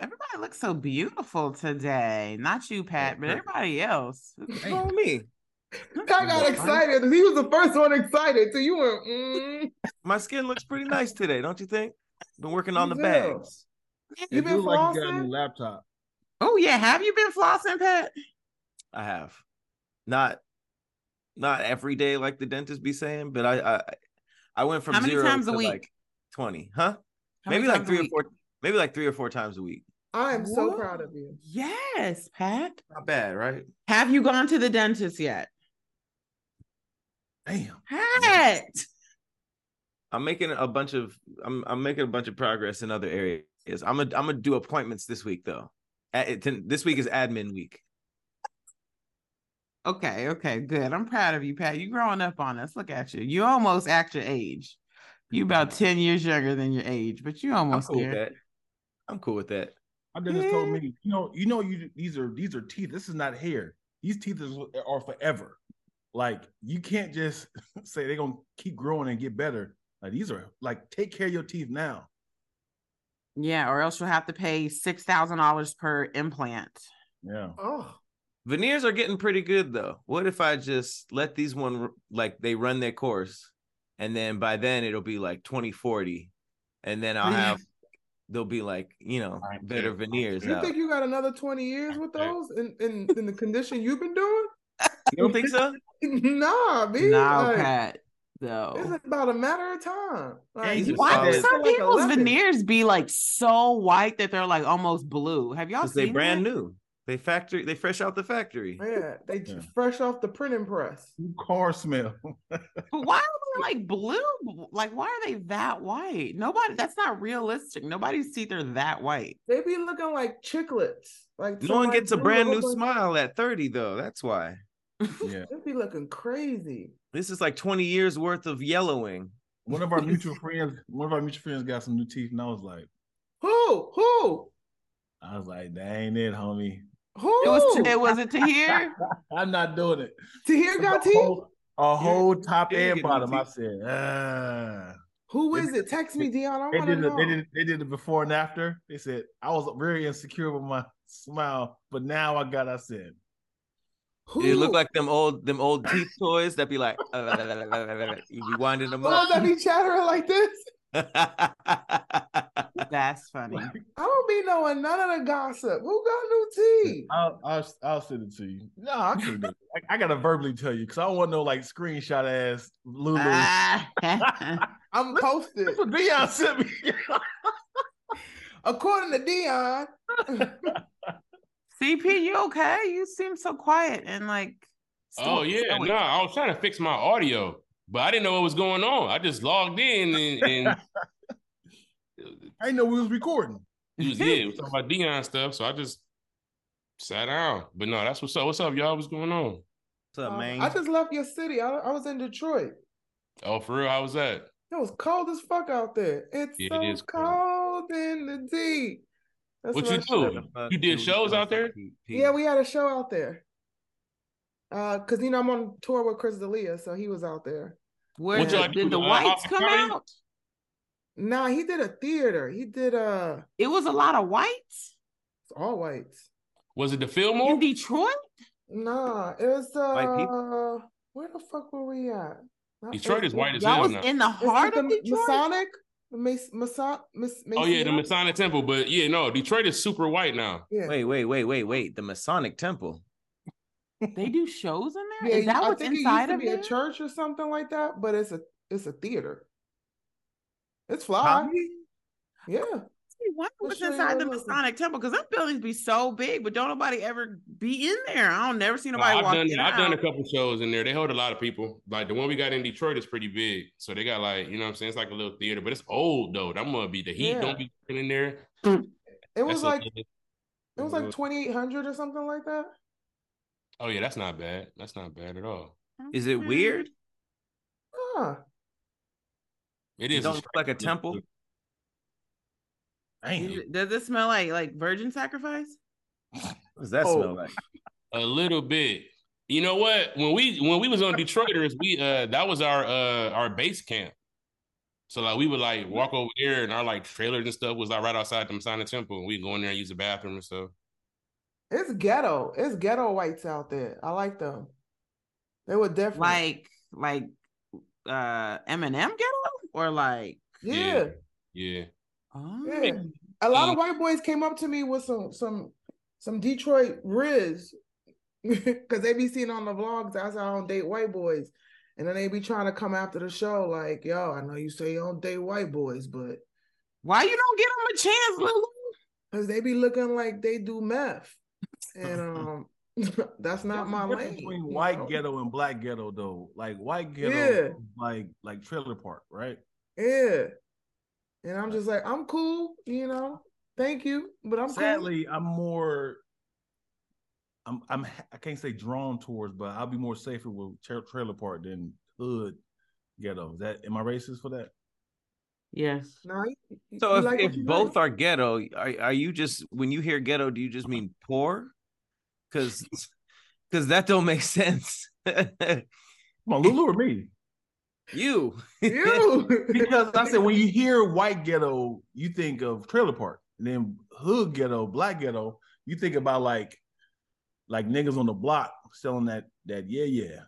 everybody looks so beautiful today. Not you, Pat, but everybody else. Oh, me. I got excited. He was the first one excited. So you went, mm. My skin looks pretty nice today, don't you think? Been working on the Yeah. bags. you been It feels like you got a flossing? new laptop. Oh yeah, have you been flossing, Pat? I have. Not not every day like the dentist be saying, but I I I went from How many zero times a to week? like 20, huh? How many maybe like times a three or week? four maybe like three or four times a week. I am so Whoa. proud of you. Yes, Pat. Not bad, right? Have you gone to the dentist yet? Damn. Pat. I'm making a bunch of I'm I'm making a bunch of progress in other areas. I'm gonna I'm gonna do appointments this week though. A- it- ten- this week is admin week. Okay, okay, good. I'm proud of you, Pat. You growing up on us. Look at you. You almost act your age. You about 10 years younger than your age, but you I'm almost cool with there. that. I'm cool with that. My dentist told Yeah. me, you know, you know, you these are these are teeth. This is not hair. These teeth is, are forever. Like you can't just say they're gonna keep growing and get better. Like these are like take care of your teeth now. Yeah, or else you'll have to pay six thousand dollars per implant. Yeah. Oh, Veneers are getting pretty good though. What if I just let these one r- like they run their course, and then by then it'll be like 2040, and then I'll Yeah. have they'll be like you know Right better there. veneers you out. think You you got another 20 years with those in, in, in the condition you've been doing? don't think so? Nah, B. No, like, Pat. It's No. about a matter of time. Like, he's you a got Why solid- do this some for like people's 11. veneers be like so white that they're like almost blue? Have y'all 'Cause seen they brand that? new. They factory. They fresh out the factory. Yeah, they j- Yeah. fresh off the printing press. New car smell. But why are they like blue? Like, why are they that white? Nobody. That's not realistic. Nobody's teeth are that white. They be looking like chiclets. Like No one somebody gets a drew brand new whole bunch- smile at 30 though. That's why. yeah. They be looking crazy. This is like 20 years worth of yellowing. One of our mutual friends, one of our mutual friends got some new teeth, and I was like, Who? Who? I was like, that ain't it, homie. Who? It was. To, it was it to hear. I'm not doing it. to hear got a teeth. whole, a whole top yeah, you and get new bottom. I teeth. said, ah. Who They is did- it? Text me, Dion. I They want to did, it, know. they did it- they did it before and after. They said I was very insecure with my smile, but now I got. I said Who? It look like them old them old teeth toys that be like "Uh, you be winding them the ones that up. be chattering like this. That's funny. I don't be knowing none of the gossip. Who got new teeth? I'll, I'll I'll send it to you. No, I can't. do it. I, I gotta verbally tell you because I don't want no like screenshot ass Lulu. Ah. I'm posted. That's what Dion sent me. According to Dion, CP, you okay? You seem so quiet and like. Oh stoic, yeah, stoic. no, I was trying to fix my audio, but I didn't know what was going on. I just logged in and, and I didn't know we was recording. it was yeah, it was talking about Dion stuff. So I just sat down. But no, that's what's up. What's up, y'all? What's going on? What's up, um, man? I just left your city. I, I was in Detroit. Oh, for real? How was that? It was cold as fuck out there. It's Yeah, so it is cold in the deep. That's What you I- do? You did shows out there? Yeah, we had a show out there. Uh, cause you know I'm on tour with Chris D'Elia, so he was out there. Where What y'all did do, the uh, whites Harvey come County? out? Nah, he did a theater. He did uh, It was a lot of whites it's all whites. Was it the Fillmore? in Detroit. Nah, it was White uh, where the fuck were we at? Not- Detroit it's- is white as Y'all hell was now. in the it's like heart the of Detroit. Masonic, the Mas- Mason, Mas- oh yeah, the Masonic? Masonic Temple. But yeah, no, Detroit is super white now. Yeah. Wait, wait, wait, wait, wait. The Masonic Temple. They do shows in there. Is Yeah, that I what's think inside it of used to there? be a church or something like that, but it's a it's a theater. It's fly. Yeah. Hey, Why Let's what's show you inside the what it looks like. Masonic temple? Because them buildings be so big, but don't nobody ever be in there. I don't never see nobody Oh, I've walk done in. or I've done a out. couple shows in there. They hold a lot of people. Like the one we got in Detroit is pretty big. So they got like, you know what I'm saying? It's like a little theater, but it's old though. I'm gonna be the heat Yeah. don't be in there. It was That's like okay. it was like twenty eight hundred or something like that. Oh yeah, that's not bad. That's not bad at all. Is it Hmm. Okay. weird? Huh. It It is don't look like a temple. Is Damn. it- does it smell like like virgin sacrifice? What does that Oh. smell like? a little bit. You know what? When we when we was on Detroiters, we uh that was our uh our base camp. So like we would like Mm-hmm. walk over there and our like trailers and stuff was like right outside the Masonic temple and we'd go in there and use the bathroom and stuff. It's ghetto. It's ghetto whites out there. I like them. They would definitely like like uh Eminem ghetto or like yeah. Yeah. oh Yeah. A lot Mm. of white boys came up to me with some some some Detroit Riz because they be seeing on the vlogs. That's how I don't date white boys, and then they be trying to come after the show like, "Yo, I know you say you don't date white boys, but why you don't give him a chance, Lulu? because they be looking like they do meth, and um, that's not There's a my difference lane." Between you white know? ghetto and black ghetto, though, like white ghetto, Yeah. is like like trailer park, right? yeah, and I'm just like, I'm cool, you know. Thank you, but I'm cool. Sadly, I'm more. I'm I'm ha- I can't say drawn towards, but I'll be more safer with tra- trailer park than hood ghetto. Is that am I racist for that? Yes. No, you- you- So you if, like what if you both like. are ghetto, are, are you just when you hear ghetto, do you just mean poor? Because because that don't make sense. Come on, Lulu or me? you you, Because I said when you hear white ghetto, you think of trailer park, and then hood ghetto, black ghetto, you think about like like niggas on the block selling that that yeah yeah.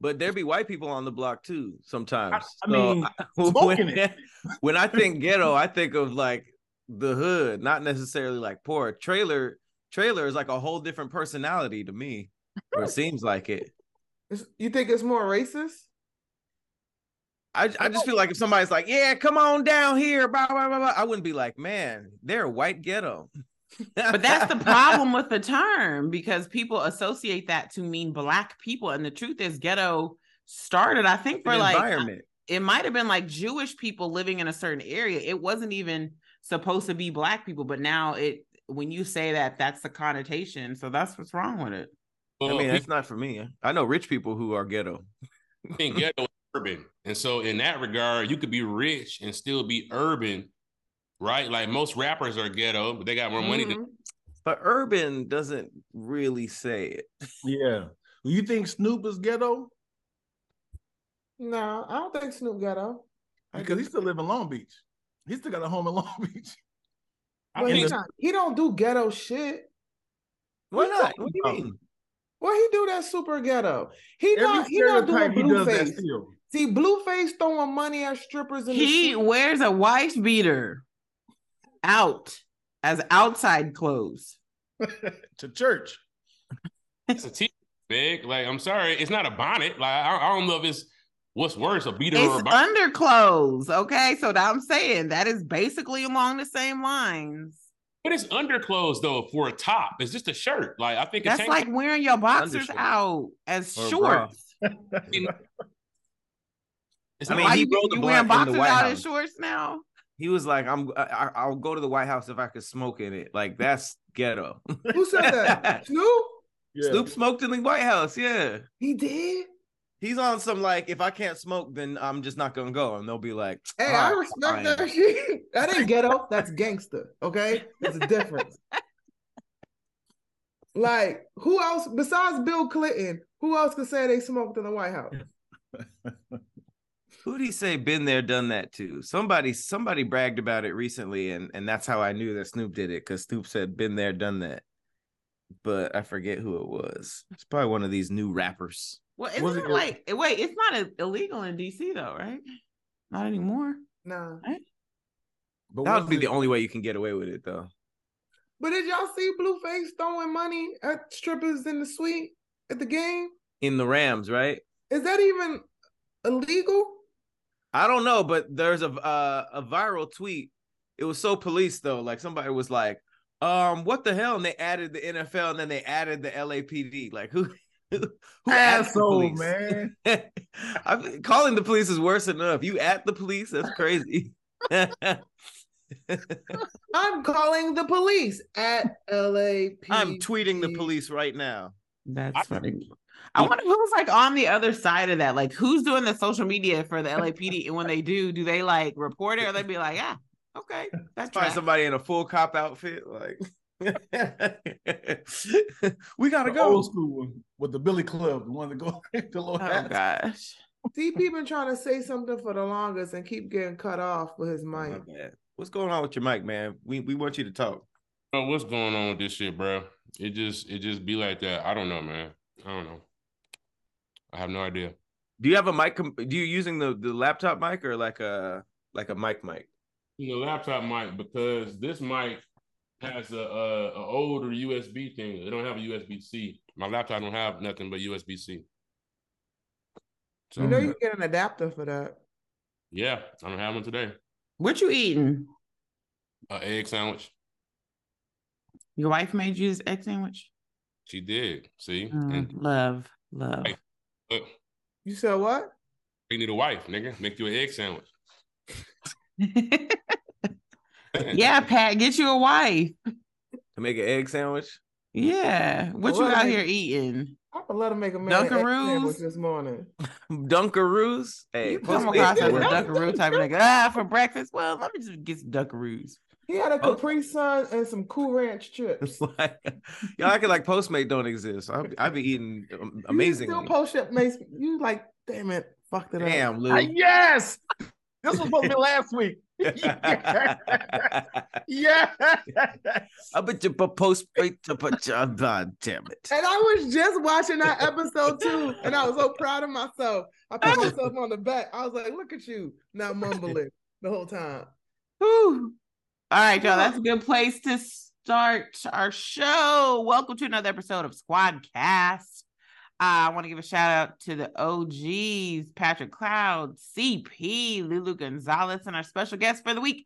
but there be white people on the block too sometimes. I, I So mean, when, smoking it. when I think ghetto, I think of like the hood, not necessarily like poor. Trailer trailer is like a whole different personality to me, or it seems like it. It's- you think it's more racist? I, I just feel like if somebody's like, yeah, come on down here, blah, blah, blah, blah, I wouldn't be like, man, they're white ghetto. But that's the problem with the term because people associate that to mean black people. And the truth is, ghetto started, I think, for An like environment. it might have been like Jewish people living in a certain area. It wasn't even supposed to be black people, but now it when you say that, that's the connotation. So that's what's wrong with it. I Well, mean, people that's not for me. I know rich people who are ghetto. think ghetto is urban. And so in that regard, you could be rich and still be urban, right? Like most rappers are ghetto, but they got more money than Mhm. But urban doesn't really say it. Yeah. You think Snoop is ghetto? No, I don't think Snoop ghetto. I Because he still live in Long Beach. He still got a home in Long Beach. Mm-hmm. I Well, mean, he, it's- not, he don't do ghetto shit. Why What you not? What do you about? mean? Well, he do that super ghetto. He Every not he not doing stereotype he does that blueface. still. See, blueface throwing money at strippers in He the wears a wife beater out as outside clothes. to church. it's a t big. Like, I'm sorry, it's not a bonnet. Like, I, I don't know if it's what's worse, a beater or a It's bonnet. underclothes. Okay. So that I'm saying that is basically along the same lines. but it's underclothes though for a top. It's just a shirt. Like, I think it That's changed- like wearing your boxers Undershirt. out as Or a bra. shorts. it's I not mean, Why he you, rode the you wearing black in the boxers White out as House. shorts now? He was like, "I'm. I, I- I'll go to the White House if I could smoke in it. Like that's ghetto." street. Who said that? Snoop? Yeah. Snoop smoked in the White House. Yeah, He did. he's on some like, if I can't smoke, then I'm just not gonna go, and they'll be like, Hey, "All I right, respect fine." that shit. That ain't ghetto. That's gangster. Okay, there's a difference. like who else besides Bill Clinton? Who else could say they smoked in the White House? Who do you say been there, done that to? Somebody, somebody bragged about it recently, and and that's how I knew that Snoop did it because Snoop said, "Been there, done that," but I forget who it was. It's probably one of these new rappers. Well, isn't Was it it- like eh, wait, it's not a, illegal in DC though, right? Not anymore. Nah. But That was would be it- the only way you can get away with it, though. But did y'all see Blueface throwing money at strippers in the suite at the game? In the Rams, right? Is that even illegal? I don't know, but there's a uh, a viral tweet. It was so police though. Like somebody was like, "Um, what the hell?" And they added the NFL, and then they added the LAPD. Like who? Who added the asshole, police? man. I mean, calling the police is worse enough. You at the police? That's crazy. I'm calling the police at LAP. I'm tweeting the police right now. That's funny. I wonder who's like on the other side of that. Like who's doing the social media for the LAPD? and when they do, do they like report it or they be like, yeah, okay, that's Find right. somebody in a full cop outfit. Like we gotta The go. old school one with the Billy Club, the one that go the little Oh hat. gosh. CP been trying to say something for the longest and keep getting cut off with his My mic. bad. What's going on with your mic, man? We we want you to talk. Oh, what's going on with this shit, bro? It just it just be like that. I don't know, man. I don't know. I have no idea. Do you have a mic? Com- do you using the the laptop mic or like a like a mic mic? The laptop mic because this mic has a, a, a older USB thing. It don't have a USB C. My laptop don't have nothing but USB C. So You know you can get an adapter for that. yeah, I don't have one today. What you eating? An egg sandwich. Your wife made you this egg sandwich? She did. See, Mm, and love, love. Hey. look, You said what? you need a wife, nigga. Make you an egg sandwich. yeah, Pat, get you a wife. To make an egg sandwich? Yeah. What you Well, out I- here eating? I would let him make a man an egg Dunkaroos? sandwich this morning. Dunkaroos? Hey, You post come me a across as a word. Dunkaroo type of nigga. Ah, for breakfast. Well, let me just get some Dunkaroos. He had a Oh. Capri Sun and some Cool Ranch chips. It's like, y'all acting like Postmate don't exist. I'll, be- I'll be eating am- You amazingly. still post up, Mace. You like, damn it, fucked it up. Damn, Lou. Ah, yes. This was supposed to be last week. I Yeah. bet you po- Postmate to put your God damn it. And I was just watching that episode too, and I was so proud of myself. I Ah! pat myself on the back. I was like, look at you, not mumbling the whole time. Whew. All right, y'all. That's a good place to start our show. Welcome to another episode of Squadcast. Uh, I want to give a shout out to the OGs, Patrick Cloud, CP, Lulu Gonzalez, and our special guest for the week,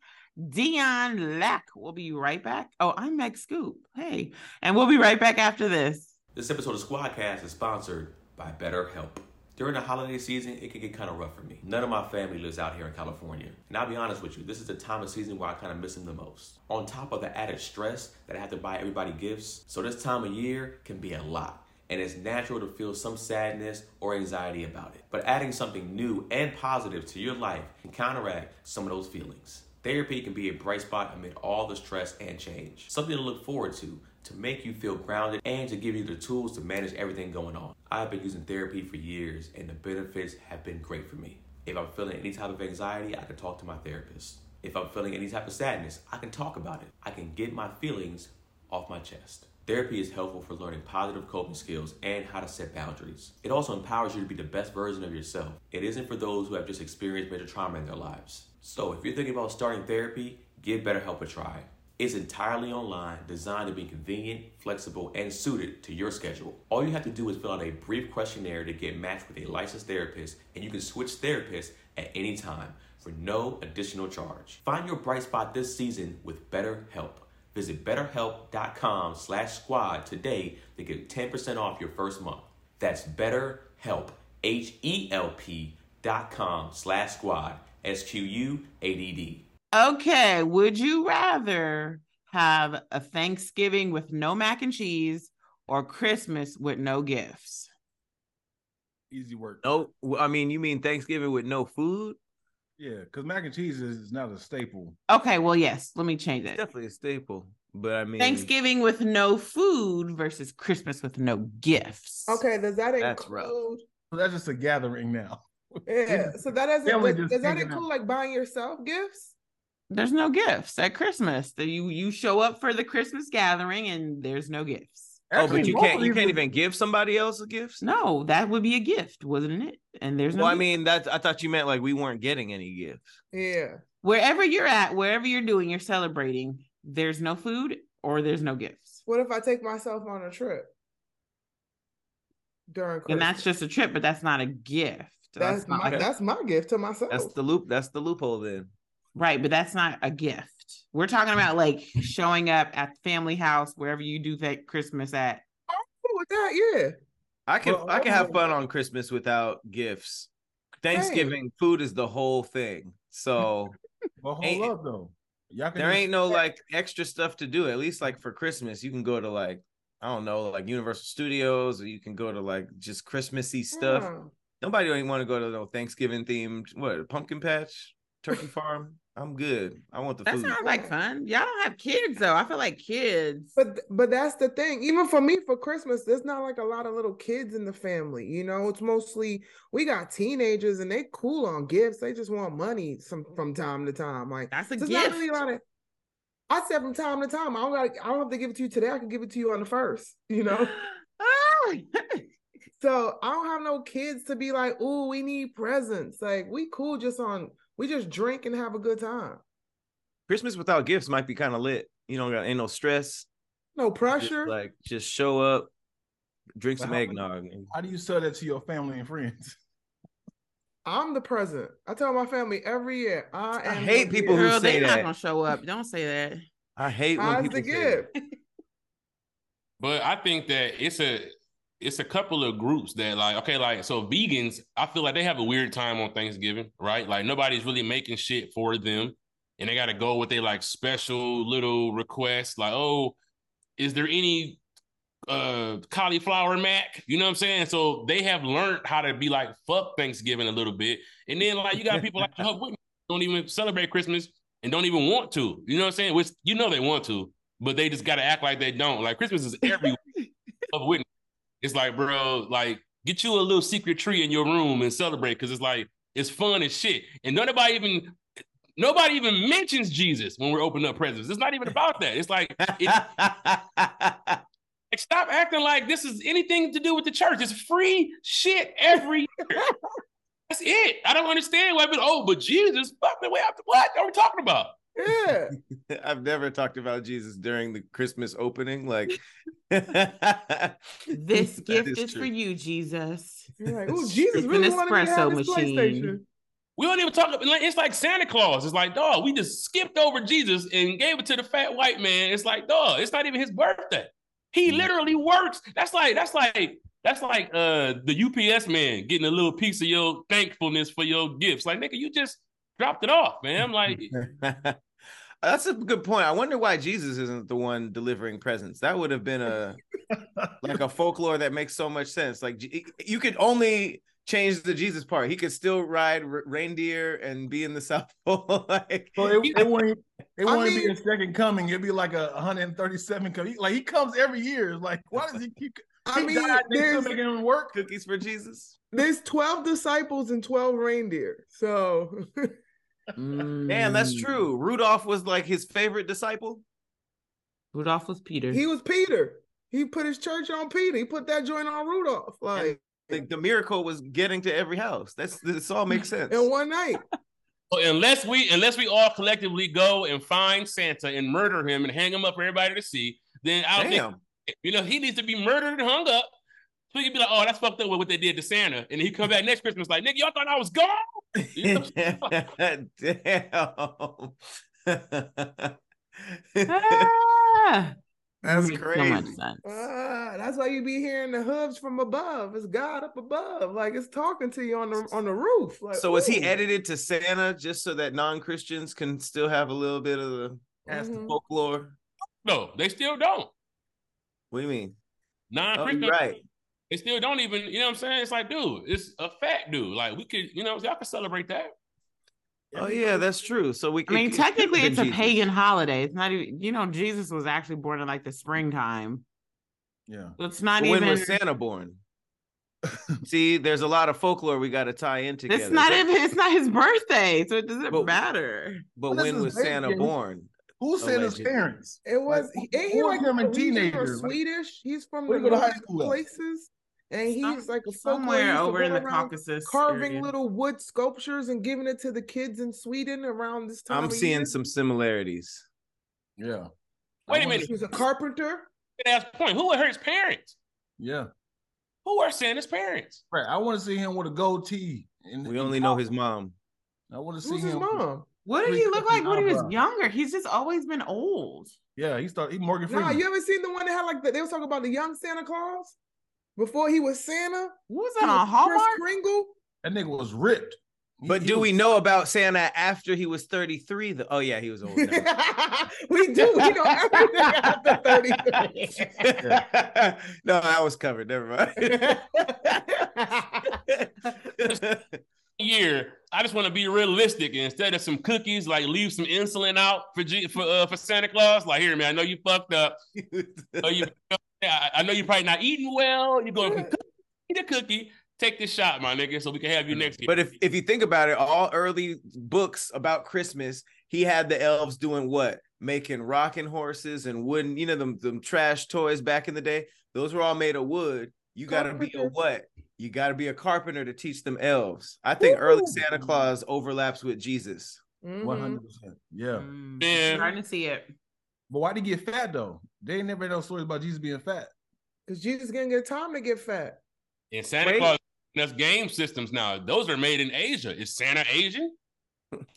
Dion Lack. We'll be right back. Oh, I'm Meg Scoop. Hey, and we'll be right back after this. This episode of Squadcast is sponsored by BetterHelp. During the holiday season, it can get kind of rough for me. None of my family lives out here in California. And I'll be honest with you, this is the time of season where I kind of miss them the most. On top of the added stress that I have to buy everybody gifts, so this time of year can be a lot. And it's natural to feel some sadness or anxiety about it. But adding something new and positive to your life can counteract some of those feelings. Therapy can be a bright spot amid all the stress and change. Something to look forward to, to make you feel grounded and to give you the tools to manage everything going on. I've been using therapy for years and the benefits have been great for me. If I'm feeling any type of anxiety, I can talk to my therapist. If I'm feeling any type of sadness, I can talk about it. I can get my feelings off my chest. Therapy is helpful for learning positive coping skills and how to set boundaries. It also empowers you to be the best version of yourself. It isn't for those who have just experienced major trauma in their lives. So, if you're thinking about starting therapy, give BetterHelp a try. It's entirely online, designed to be convenient, flexible, and suited to your schedule. All you have to do is fill out a brief questionnaire to get matched with a licensed therapist, and you can switch therapists at any time for no additional charge. Find your bright spot this season with BetterHelp. Visit betterhelp.com slash squad today to get 10% off your first month. That's betterhelp, H-E-L-P dot com slash squad, S-Q-U-A-D-D. Okay, would you rather have a Thanksgiving with no mac and cheese or Christmas with no gifts? Easy work. No, well, I mean, you mean Thanksgiving with no food? Yeah, because mac and cheese is not a staple. Okay, well, yes, let me change it. Definitely a staple. But I mean, Thanksgiving with no food versus Christmas with no gifts. Okay, does that That's rough. include? So that's just a gathering Oh, now. Yeah. So that doesn't. Family Does, just does that hanging out. include like buying yourself gifts? There's no gifts at Christmas. That you you show up for the Christmas gathering and there's no gifts. Oh, but Actually, you both can't. of You these can't are- even give somebody else a gift. No, that would be a gift, wasn't it? And there's no Well, I gifts. mean, that's. I thought you meant like we weren't getting any gifts. Yeah. wherever you're at, wherever you're doing, you're celebrating, there's no food or there's no gifts. What if I take myself on a trip during Christmas? and that's just a trip, but that's not a gift. that's, not my like a- that's my gift to myself. Oh. That's the loop. That's the loophole. Then right, but that's not a gift. We're talking about like showing up at family house wherever you do that Christmas at. Cool with that, yeah. I can. Well, I can have okay. fun on Christmas without gifts. Thanksgiving food is the whole thing. So But hold Ain't- up though. Y'all can there just- ain't no like extra stuff to do. At least like for Christmas, you can go to like I don't know, like Universal Studios, or you can go to like just Christmassy stuff. Hmm. Yeah. Nobody don't even want to go to no Thanksgiving themed what pumpkin patch, turkey farm. I'm good. I want the That food. sounds like fun. Y'all don't have kids though. I feel like kids. But th- but that's the thing. Even for me, for Christmas, there's not like a lot of little kids in the family. You know, it's mostly we got teenagers and they cool on gifts. They just want money some from time to time. Like that's a there's gift. not really a lot of. I said from time to time, I don't got. I don't have to give it to you today. I can give it to you on the first. You know. Ah! So I don't have no kids to be like, oh, we need presents. Like we cool just on we just drink and have a good time. Christmas without gifts might be kind of lit. You know, ain't no stress. No Just, pressure. like just show up, drink But some how- eggnog. and- How do you sell that to your family and friends? I'm the present. I tell my family every year, I am I the hate people who Girl, say they're not that. gonna show up. Don't say that. I hate when I's the people say that. gift. But I think that it's a it's a couple of groups that like okay like so vegans I feel like they have a weird time on Thanksgiving right like nobody's really making shit for them and they got to go with their like special little requests like oh is there any uh cauliflower mac you know what I'm saying so they have learned how to be like fuck Thanksgiving a little bit and then like you got people like Jehovah's Witness who don't even celebrate Christmas and don't even want to you know what I'm saying which you know they want to but they just got to act like they don't like Christmas is everywhere of witness. It's like, bro, like get you a little secret tree in your room and celebrate because it's like it's fun as shit. And nobody even nobody even mentions Jesus when we're opening up presents. It's not even about that. It's like, it- like, stop acting like this is anything to do with the church. It's free shit every year. That's it. I don't understand why, but oh, but Jesus, fuck the way after what are we talking about? Yeah. I've never talked about Jesus during the Christmas opening. Like this This gift is, for you, Jesus. You're like, oh, It's Jesus an really wanted me to have espresso this machine. PlayStation. We don't even talk about like it's like Santa Claus. It's like, dog, we just skipped over Jesus and gave it to the fat white man. It's like, dog, it's not even his birthday. He literally works. That's like that's like that's like uh the UPS man getting a little piece of your thankfulness for your gifts. Like, nigga, you just dropped it off, man. I'm like, Mm-hmm. That's a good point. I wonder why Jesus isn't the one delivering presents. That would have been a like a folklore that makes so much sense. Like J- you could only change the Jesus part. He could still ride r- reindeer and be in the South Pole. like So it, it won't. It I won't be mean- a second coming. It'd be like a 137 coming. Like he comes every year. It's Like why does he keep? I he mean, died, they still there's making him work. cookies for Jesus. there's 12 disciples and 12 reindeer. So Damn, that's Mm. true. Rudolph was like his favorite disciple. Rudolph was Peter. he was Peter. He put his church on Peter. He put that joint on Rudolph. Like Like the miracle was getting to every house. That's this all makes sense. in one night. so unless we unless we all collectively go and find Santa and murder him and hang him up for everybody to see, then I don't think Damn. You know, he needs to be murdered and hung up. So he can be like, oh, that's fucked up with what they did to Santa. And he come back next Christmas like, nigga, y'all thought I was gone? You know what Damn. Ah! That's Makes So much crazy. sense. Ah, that's why you be hearing the hooves from above. It's God up above, like it's talking to you on the on the roof. Like, So was he ooh. edited to Santa just so that non-Christians can still have a little bit of the That's the Mhm. folklore? No, they still don't. What do you mean? Oh, Non-Christian, you're right. they still don't even, you know what I'm saying? It's like, dude, it's a fact, dude. Like, we could, you know, y'all can celebrate that. Oh yeah, that's true. So we I can mean, technically, it's a pagan holiday. It's not even, you know, Jesus was actually born in like the springtime. Yeah. So It's not When even. was Santa born? See, there's a lot of folklore we got to tie in together. It's not even. It's not his birthday, so it doesn't But- matter. But This when is was great, Santa Jimmy. born? Who sent his Allegedly. parents? It was Like, ain't he who like was him a Norwegian or teenager? Like- Swedish? He's from Where the you go to high Nordic school at? places, and he's Some- like a folklore. He Somewhere used to over go in the around Caucasus, carving area. little wood sculptures and giving it to the kids in Sweden around this time. I'm of seeing year. some similarities. Yeah. Wait I a wonder- minute. He was a carpenter. That's the point. Who are his parents? Yeah. Who are Santa's parents? Right. I want to see him with a gold tee. And We only know his mom. I want to see Who's his him. mom? What did Three he look like cooking when he was eyebrows. younger? He's just always been old. Yeah, he started. He Morgan Nah, Freeman. you ever seen the one that had like the, they was talking about the young Santa Claus before he was Santa? What was He that on was Kris Hallmark? Kringle. That nigga was ripped. He- But he do was- we know about Santa after he was 33? Though? Oh yeah, he was old. Never we do. We know everything after 33. no, I was covered. Never mind. Year I just want to be realistic. And instead of some cookies, like leave some insulin out for G- for uh, for Santa Claus. Like, here, man, I know you fucked up. I know you, I I know you're probably not eating well. You're going to eat a cookie. Take this shot, my nigga, so we can have you next year. Mm. But if if you think about it, all early books about Christmas, he had the elves doing what? Making rocking horses and wooden, you know, them them trash toys back in the day. Those were all made of wood. You gotta be a Carpenter. what? You gotta be a carpenter to teach them elves. I think early Ooh. Santa Claus overlaps with Jesus. One Mhm. hundred percent. Yeah. Mm, Yeah. Starting to see it. But why did he get fat though? They ain't never had no stories about Jesus being fat. Cause Jesus didn't get time to get fat. And Santa Wait. Claus that's game systems now. Those are made in Asia. Is Santa Asian?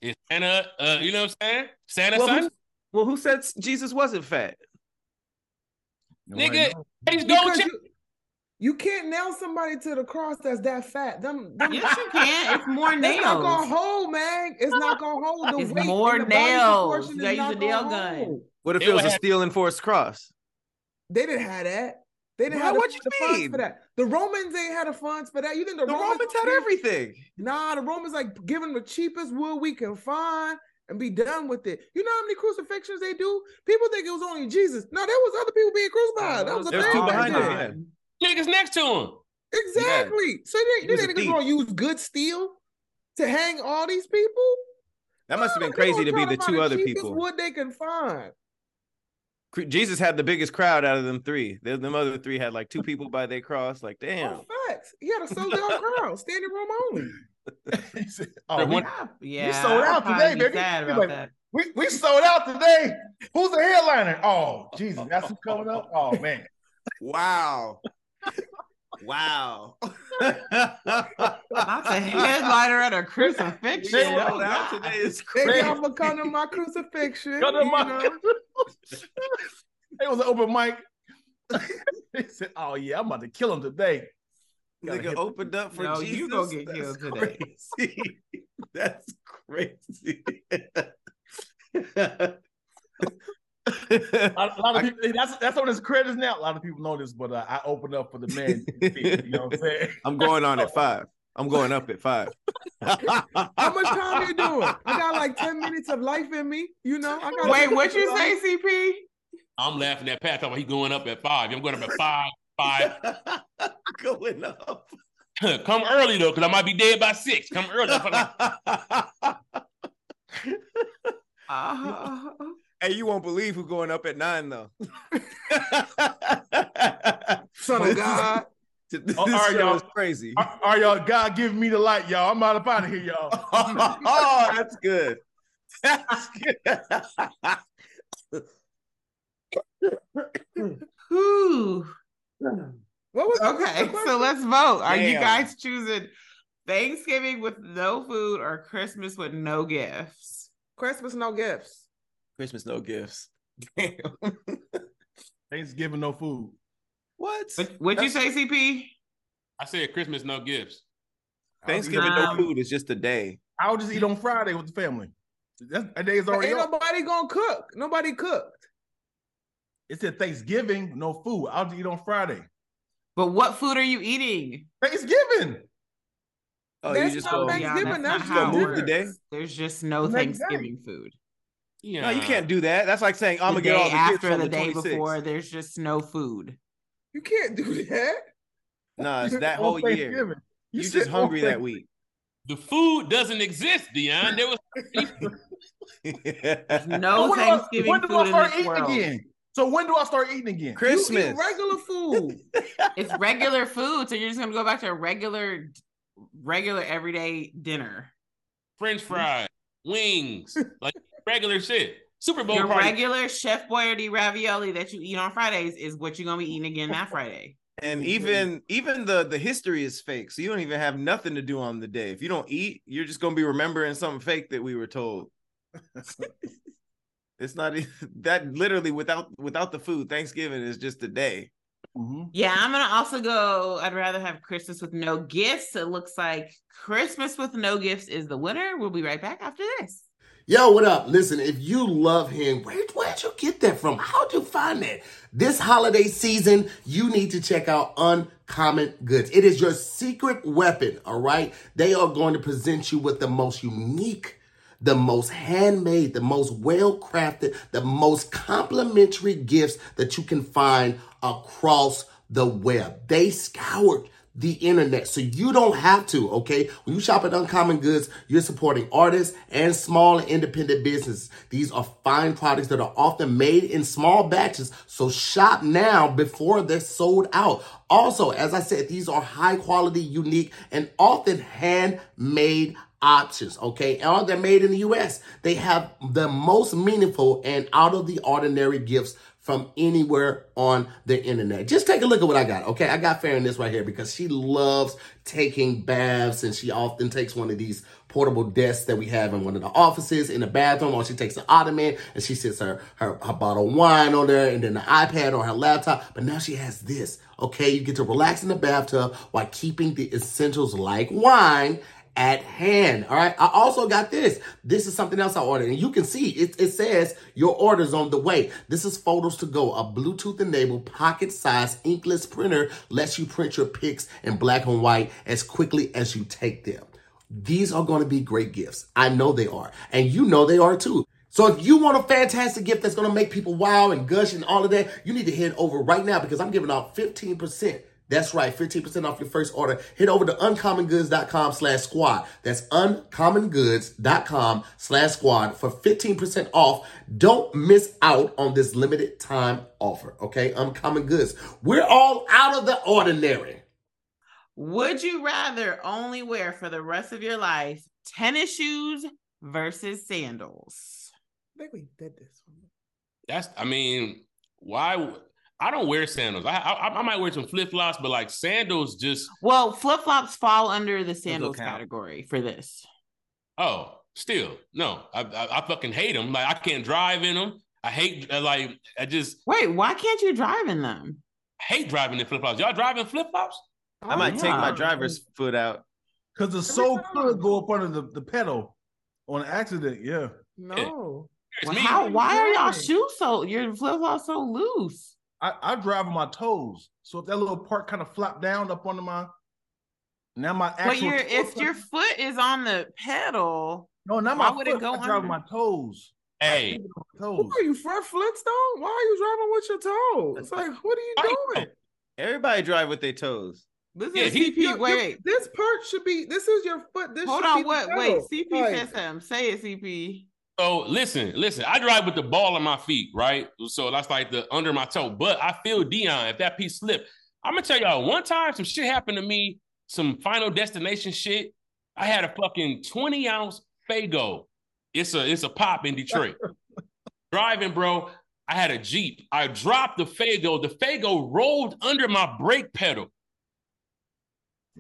Is Santa uh you know what I'm saying? Santa Well, son? who, well, who said Jesus wasn't fat? Nobody Nigga, knows. He's gold Because chip. you, you can't nail somebody to the cross that's that fat. Them, them Yes, you can. It's more It's not gonna nails. hold, man. It's not gonna hold. The It's weight more and the nails. Body proportion You gotta is use not a nail gonna gun. hold. What if It it was a would have- steel enforced cross? They didn't have that. They didn't Why- have the, what you the funds mean? for that. The Romans ain't had the funds for that. You think the, The Romans had everything. Nah, the Romans like giving the cheapest wood we can find and be done with it. You know how many crucifixions they do? People think it was only Jesus. No, there was other people being crucified. That was a There's thing. two back behind then. him, yeah. Niggas next to him. Exactly. So He they, was they a niggas thief. gonna use good steel to hang all these people? That must have No, been they crazy gonna to be try the find two other cheapest people. Wood they can find. Oh, Cre- Jesus had the biggest crowd out of them three. The them other three had like two people by their cross. Like, damn. Oh, facts. He had a sold out crowd, standing room only. He said, oh, we, One- Yeah, sold I'd out probably today, be baby. sad You about like- that. we, we sold out today. Who's the headliner? Oh, Jesus, that's who's coming up. Oh man. Wow. wow. Not the headliner at a crucifixion. Shit, Oh, no, that God. today is They crazy. y'all for coming to my crucifixion. Come to you my- know? It was an open mic. he said, Oh yeah, I'm about to kill him today. Gotta Nigga hit- opened up for No, Jesus. you gonna get That's killed today. crazy. That's crazy. A lot, a lot of people, that's that's on his credits now. A lot of people know this, but uh, I opened up for the man. you know what I'm saying? I'm going on at five. I'm going up at five. How much time you doing? I got like 10 minutes of life in me. You know, I got Wait, what you say, CP? I'm laughing at Pat talking about he going up at five. I'm going up at five, five. going up. Come early though, because I might be dead by six. Come early. I'm like, Uh, hey, you won't believe who going up at nine though. Son of God. This all right, show y'all. is crazy. All right, y'all. God give me the light, y'all. I'm out of out of here, y'all. oh, that's good. That's good. whew. What was Okay, what- so let's vote. Are you Damn. guys choosing Thanksgiving with no food or Christmas with no gifts? Christmas no gifts. Christmas no gifts. Thanksgiving, no food. What? Would, would you say, CP? I said Christmas, no gifts. Thanksgiving Um, no food is just a day. I'll just eat on Friday with the family. That, that day is But already ain't up. nobody gonna cook. Nobody cooked. It said Thanksgiving, no food. I'll just eat on Friday. But what food are you eating? Thanksgiving. Oh, There's you just no go. Yeah, not Thanksgiving, that's just how gonna it move the works. day? There's just no Next day. Thanksgiving food. Yeah. No, you can't do that. That's like saying I'm the gonna day get all the gifts after on the, the, day 26th. before, there's just no food. You can't do that. No, it's that On whole year. Thanksgiving. You just said on hungry that Thanksgiving. week. The food doesn't exist, Dion. There was No When do I- Thanksgiving when do I food in start this eating world. again? So when do I start eating again? You eat Christmas. regular food. It's regular food, so you're just gonna go back to a regular, regular everyday dinner. French fries, wings, like regular shit. Super Bowl Your party. regular Chef Boyardee ravioli that you eat on Fridays is what you're gonna be eating again that Friday. and Ooh, even even the the history is fake. So you don't even have nothing to do on the day. If you don't eat, you're just gonna be remembering something fake that we were told. it's not e- that literally without without the food. Thanksgiving is just a day. Mm-hmm. Mhm. Yeah, I'm gonna also go. I'd rather have Christmas with no gifts. It looks like Christmas with no gifts is the winner. We'll be right back after this. Yo, what up? Listen, if you love him, where, where'd you get that from? How'd you find that? This holiday season, you need to check out common goods. It is your secret weapon, all right? They are going to present you with the most unique, the most handmade, the most well crafted, the most complimentary gifts that you can find across the web. They scoured the internet. So you don't have to, okay? When you shop at Uncommon Goods, you're supporting artists and small and independent businesses. These are fine products that are often made in small batches. So shop now before they're sold out. Also, as I said, these are high quality, unique, and often handmade options, okay? And all they're made in the US. They have the most meaningful and out of the ordinary gifts from anywhere on the internet. Just take a look at what I got, okay? I got Farron this right here because she loves taking baths and she often takes one of these portable desks that we have in one of the offices in the bathroom or she takes an ottoman and she sits her, her, her bottle of wine on there and then the iPad or her laptop. But now she has this, okay? You get to relax in the bathtub while keeping the essentials like wine at hand. All right. I also got this. This is something else I ordered. And you can see it, it says your order's on the way. This is Photos to Go, a Bluetooth enabled pocket sized inkless printer lets you print your pics in black and white as quickly as you take them. These are going to be great gifts. I know they are. And you know they are too. So if you want a fantastic gift that's going to make people wow and gush and all of that, you need to head over right now because I'm giving out 15%. That's right, 15% off your first order. Head over to uncommongoods.com slash squad. That's uncommongoods.com slash squad for 15% off. Don't miss out on this limited time offer, okay? Uncommon Goods. We're all out of the ordinary. Would you rather only wear for the rest of your life tennis shoes versus sandals? I think we did this one. That's I mean, why would- I don't wear sandals. I I, I might wear some flip flops, but like sandals just Well, flip flops fall under the sandals count. category for this. oh still no. I, I I fucking hate them. Like I can't drive in them. I hate uh, like I just Wait, why can't you drive in them? hate driving in flip flops. Y'all driving flip flops? I might take my Oh, yeah. driver's foot out. Because the sole could go up under the, the pedal on accident. Yeah. No. It's Well, me. how, why are y'all Right. shoes so your flip flops so loose? I, I drive on my toes. So if that little part kind of flopped down up under my now my actual But your toe- if your foot is on the pedal, no, not why my would it foot, go I drive under? on my toes. Hey, Toes. Who are you, Fred Flintstone? Why are you driving with your toe? It's like, what are you I doing? Everybody drive with their toes. this Yeah, is he- CP. Your- your- wait, wait. This part should be. This is your foot. This hold should be on. the What? Wait, pedal. CP Like, said something. Say it, CP. so listen, listen. I drive with the ball on my feet, right? So that's like the under my toe. But I feel Dion. If that piece slipped, I'm gonna tell y'all one time some shit happened to me. Some Final Destination shit. I had a fucking 20 ounce Fago. It's a it's a pop in Detroit. Driving, bro. I had a Jeep. I dropped the Fago. The Fago rolled under my brake pedal.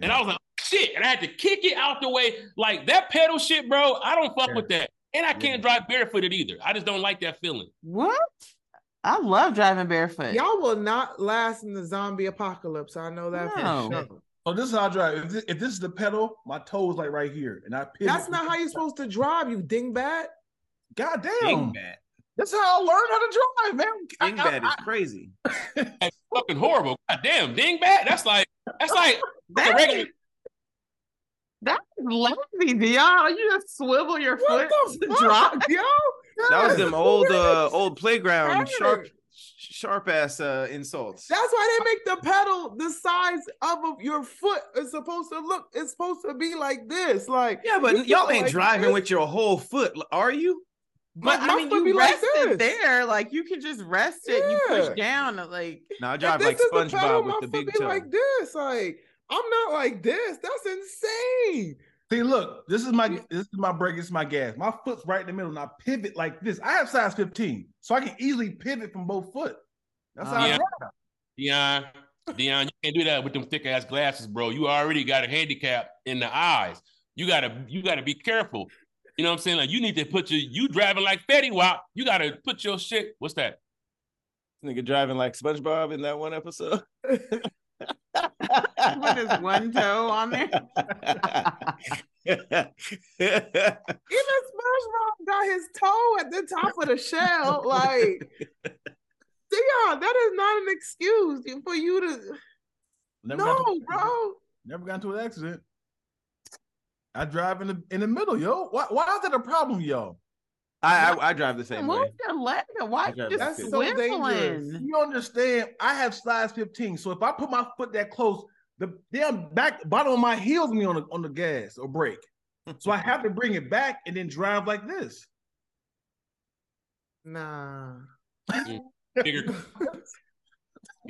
And I was like, shit. And I had to kick it out the way. Like that pedal shit, bro. I don't fuck Yeah. with that. And I can't Yeah. drive barefooted either. I just don't like that feeling. What? I love driving barefoot. Y'all will not last in the zombie apocalypse. I know that No. for sure. So this is how I drive. If this, if this is the pedal, my toe is like right here. And I pivot. That's not how you're supposed to drive, you dingbat. God damn. Dingbat. That's how I learned how to drive, man. I- I- Dingbat is crazy. That's fucking horrible. God damn, dingbat. That's like that's like a That regular. is, that is lazy, Dion. You just swivel your What foot the to fuck, drive. yo? That was Yes. them old uh old playground Right. sharp sharp ass uh insults. That's why they make the pedal the size of a- your foot is supposed to look. It's supposed to be like this, like Yeah, you but y'all feel ain't like driving this. with your whole foot, are you? But My- I my mean, foot you be like rest it this. there. Like you can just rest it. You Yeah. push down. Like No, I If drive this like is the pedal, SpongeBob my with the foot big be toe. Like this, like I'm not like this. That's insane. See, look, this is my this is my brake, this is my gas. My foot's right in the middle, and I pivot like this. I have size 15, so I can easily pivot from both foot. That's how Yeah. I drive. Dion, Dion, you can't do that with them thick ass glasses, bro. You already got a handicap in the eyes. You gotta, you gotta be careful. You know what I'm saying? Like you need to put your, you driving like Fetty Wap. You gotta put your shit. What's that? Nigga driving like SpongeBob in that one episode. what is one toe on there? Even SpongeBob got his toe at the top of the shell. Like, Dion, that is not an excuse for you to. Never got No, into- bro. Never got into an accident. I drive in the in the middle, yo. Why, why is that a problem, yo? I, I I drive the same way. Move your leg. Why Okay, you just That's so dangerous. swiveling? You understand? I have size 15, so if I put my foot that close, the damn back bottom of my heels me on the on the gas or brake. So I have to bring it back and then drive like this. Nah. Bigger, you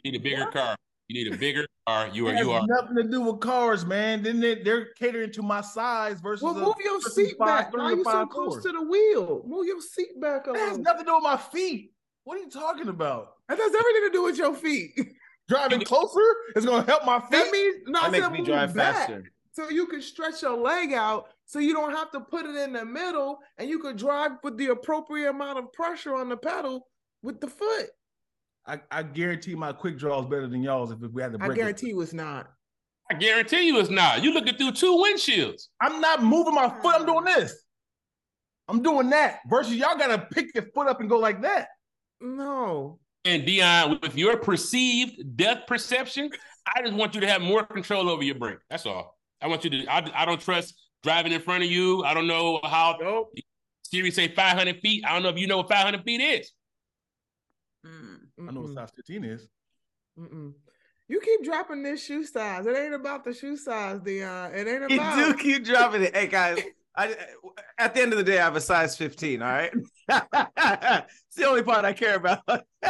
need a bigger car. You need a bigger car. You It are has you are nothing to do with cars, man. Then they, they're catering to my size versus. Well, a move your person seat five back. three Why or you so five close four. to the wheel? Move your seat back a That has little. nothing to do with my feet. What are you talking about? That has everything to do with your feet. Driving closer is going to help my That feet. means no. I That said makes me move drive back faster. so you can stretch your leg out, so you don't have to put it in the middle, and you could drive with the appropriate amount of pressure on the pedal with the foot. I, I guarantee my quick draw is better than y'all's if we had to break I it. guarantee you it's not. I guarantee you it's not. You looking through two windshields. I'm not moving my foot. I'm doing Hmm. this. I'm doing that. Versus y'all got to pick your foot up and go like that. No. And Dion, with your perceived depth perception, I just want you to have more control over your brake. That's all. I want you to. I, I don't trust driving in front of you. I don't know how. Nope. Siri say 500 feet. I don't know if you know what 500 feet is. Mm. I Hmm. know what size 15 is. Mm-mm. You keep dropping this shoe size. It ain't about the shoe size, Dion. It ain't You about. do keep dropping it. Hey guys, I at the end of the day, I have a size 15. All right, it's the only part I care about.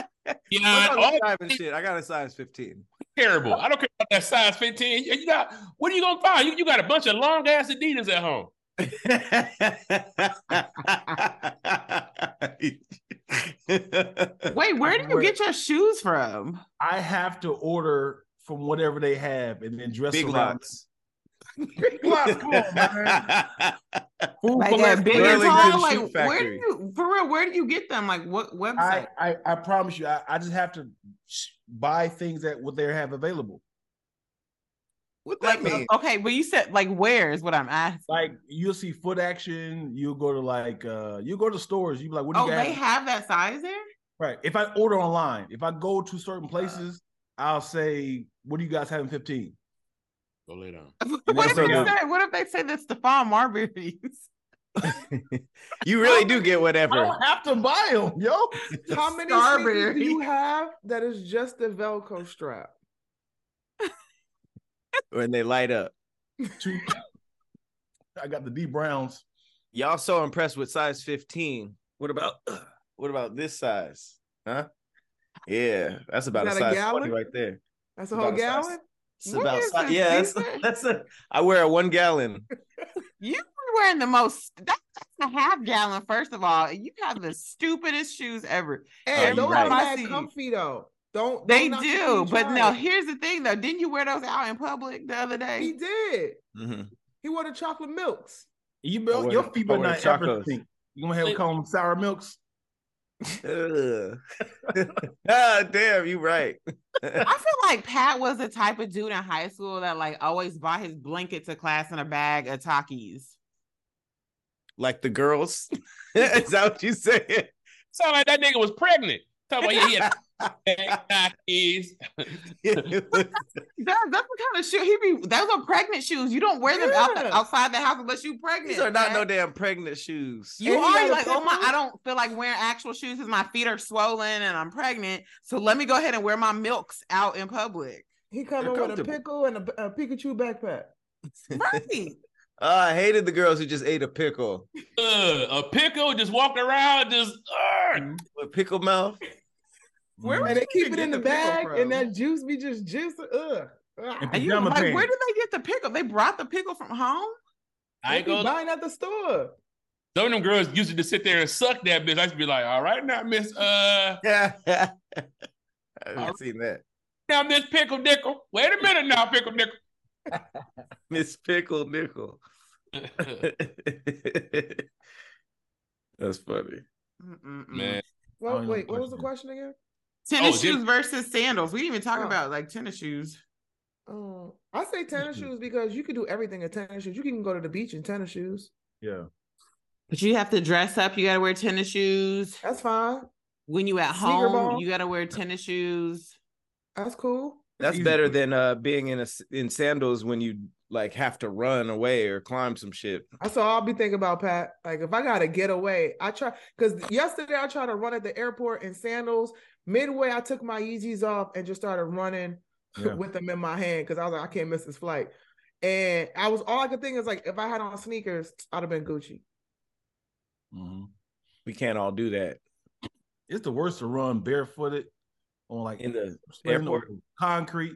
Dion, All all the driving shit, I got a size 15. terrible. I don't care about that size 15. You you got what are you gonna find? You, you got a bunch of long ass Adidas at home. Wait, where do you get your shoes from? I have to order from whatever they have and then dress Big around. lots. Big lots. Come on, man. Food Like for at big and Burlington tall. Like Shoe where do Factory. you for real? Where do you get them? Like what website? I, I, I promise you, I, I just have to sh- buy things that what they have available. What that like uh, mean? okay, but you said like where is what I'm asking. Like you'll see foot action, you'll go to like uh you go to stores, you be like, what do Oh, you they have have? that size there. right. If I order online, if I go to certain places, I'll say, What do you guys have in 15? Go lay down. what, if also they the- say, what if they say that's Stephon Marbury's? You really do get I whatever. don't have to buy them, yo. How many sneakers do Strawberry. you have that is just the Velcro strap? When they light up. Two- I got the D Browns. Y'all so impressed with size 15. What about what about this size? Huh? Yeah, that's about that a a size gallon? 20 right there. That's a whole About a size- gallon. It's What about is si- this, yeah, that's, Lisa? that's a I wear a one gallon. You were wearing the most. That's a half gallon. First of all, you have the stupidest shoes ever. Hey, you those right. are I see. mad comfy though. Don't They don't knock it till do, you but try no. it. Here's the thing, though. Didn't you wear those out in public the other he day? did. Mhm. He wore the chocolate milks. You I built wear- your feet I better wear not ever chacos. think. You gonna have to call them sour milks? Ugh. ah, damn, you right. I feel like Pat was the type of dude in high school that like always bought his blanket to class in a bag of Takis. Like the girls. Is that what you said? Sound like that nigga was pregnant. Talk about he, he had back keys. That, that's the kind of shoe he be. Those are pregnant shoes. You don't wear them out the- Yeah. outside the house unless you pregnant. These are not no Pat. damn pregnant shoes. You And he are got a like, oh my, pimple? I don't feel like wearing actual shoes because my feet are swollen and I'm pregnant. So let me go ahead and wear my milks out in public. He come They're in with a comfortable. pickle and a, a Pikachu backpack. Right. Oh, I hated the girls who just ate a pickle. Ugh, Uh, a pickle just walked around, just uh, ugh. With pickle mouth. Mm. Where Mhm. And they keep you it get in the, the pickle bag, from? and that juice be just juice. Ugh. And Are Ah, you, Pajama like, where pants. did they get the pickle? They brought the pickle from home? I They ain't be gonna. buying at the store. Some of them girls used to just sit there and suck that bitch. I used to be like, all right now, Miss uh Yeah. I haven't seen that. now Miss Pickle Dickle. Wait a minute now, Pickle Miss Pickle Nickel. Mm. Dickle. That's funny. Mm-mm-mm. Man. Oh, Well, yeah, wait, what was the question question. again? Tennis Oh, did- shoes versus sandals. We didn't even talk Oh. about like tennis shoes. Um, I say tennis Mhm. shoes because you can do everything in tennis shoes. You can go to the beach in tennis shoes. Yeah. But you have to dress up. You got to wear tennis shoes. That's fine. When you at Sneaker home, ball. you got to wear tennis shoes. That's cool. That's Easy. better than uh being in a s- in sandals when you like have to run away or climb some shit. That's all I'll be thinking about, Pat. Like if I gotta get away, I try because yesterday I tried to run at the airport in sandals. Midway, I took my Yeezys off and just started running Yeah. with them in my hand because I was like, I can't miss this flight. And I was all I could think is like, if I had on sneakers, I'd have been Gucci. Mhm. We can't all do that. It's the worst to run barefooted on like In the spreading airport? the concrete.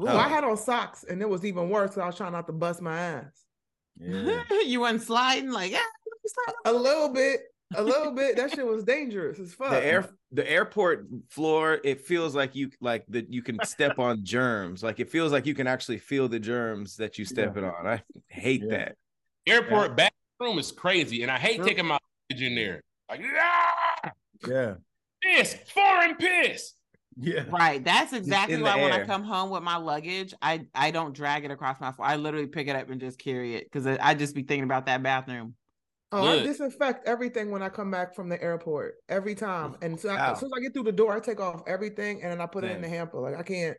Ooh, Oh. I had on socks, and it was even worse. 'cause I was trying not to bust my ass Yeah. you weren't sliding like yeah. let me slide. a little bit, a little bit. That shit was dangerous as fuck. the air the airport floor it feels like you like that you can step on germs like it feels like you can actually feel the germs that you stepping on i hate Yeah. that Airport bathroom is crazy, and I hate Sure. taking my in there. Like, ah, Yeah. piss, foreign piss. Yeah. Right. That's exactly in the why when I air. come home with my luggage, I I don't drag it across my floor. I literally pick it up and just carry it because I, I just be thinking about that bathroom. Oh, I Look. disinfect everything when I come back from the airport every time. And so I, Wow. as soon as I get through the door, I take off everything and then I put it in Man. the hamper. Like I can't.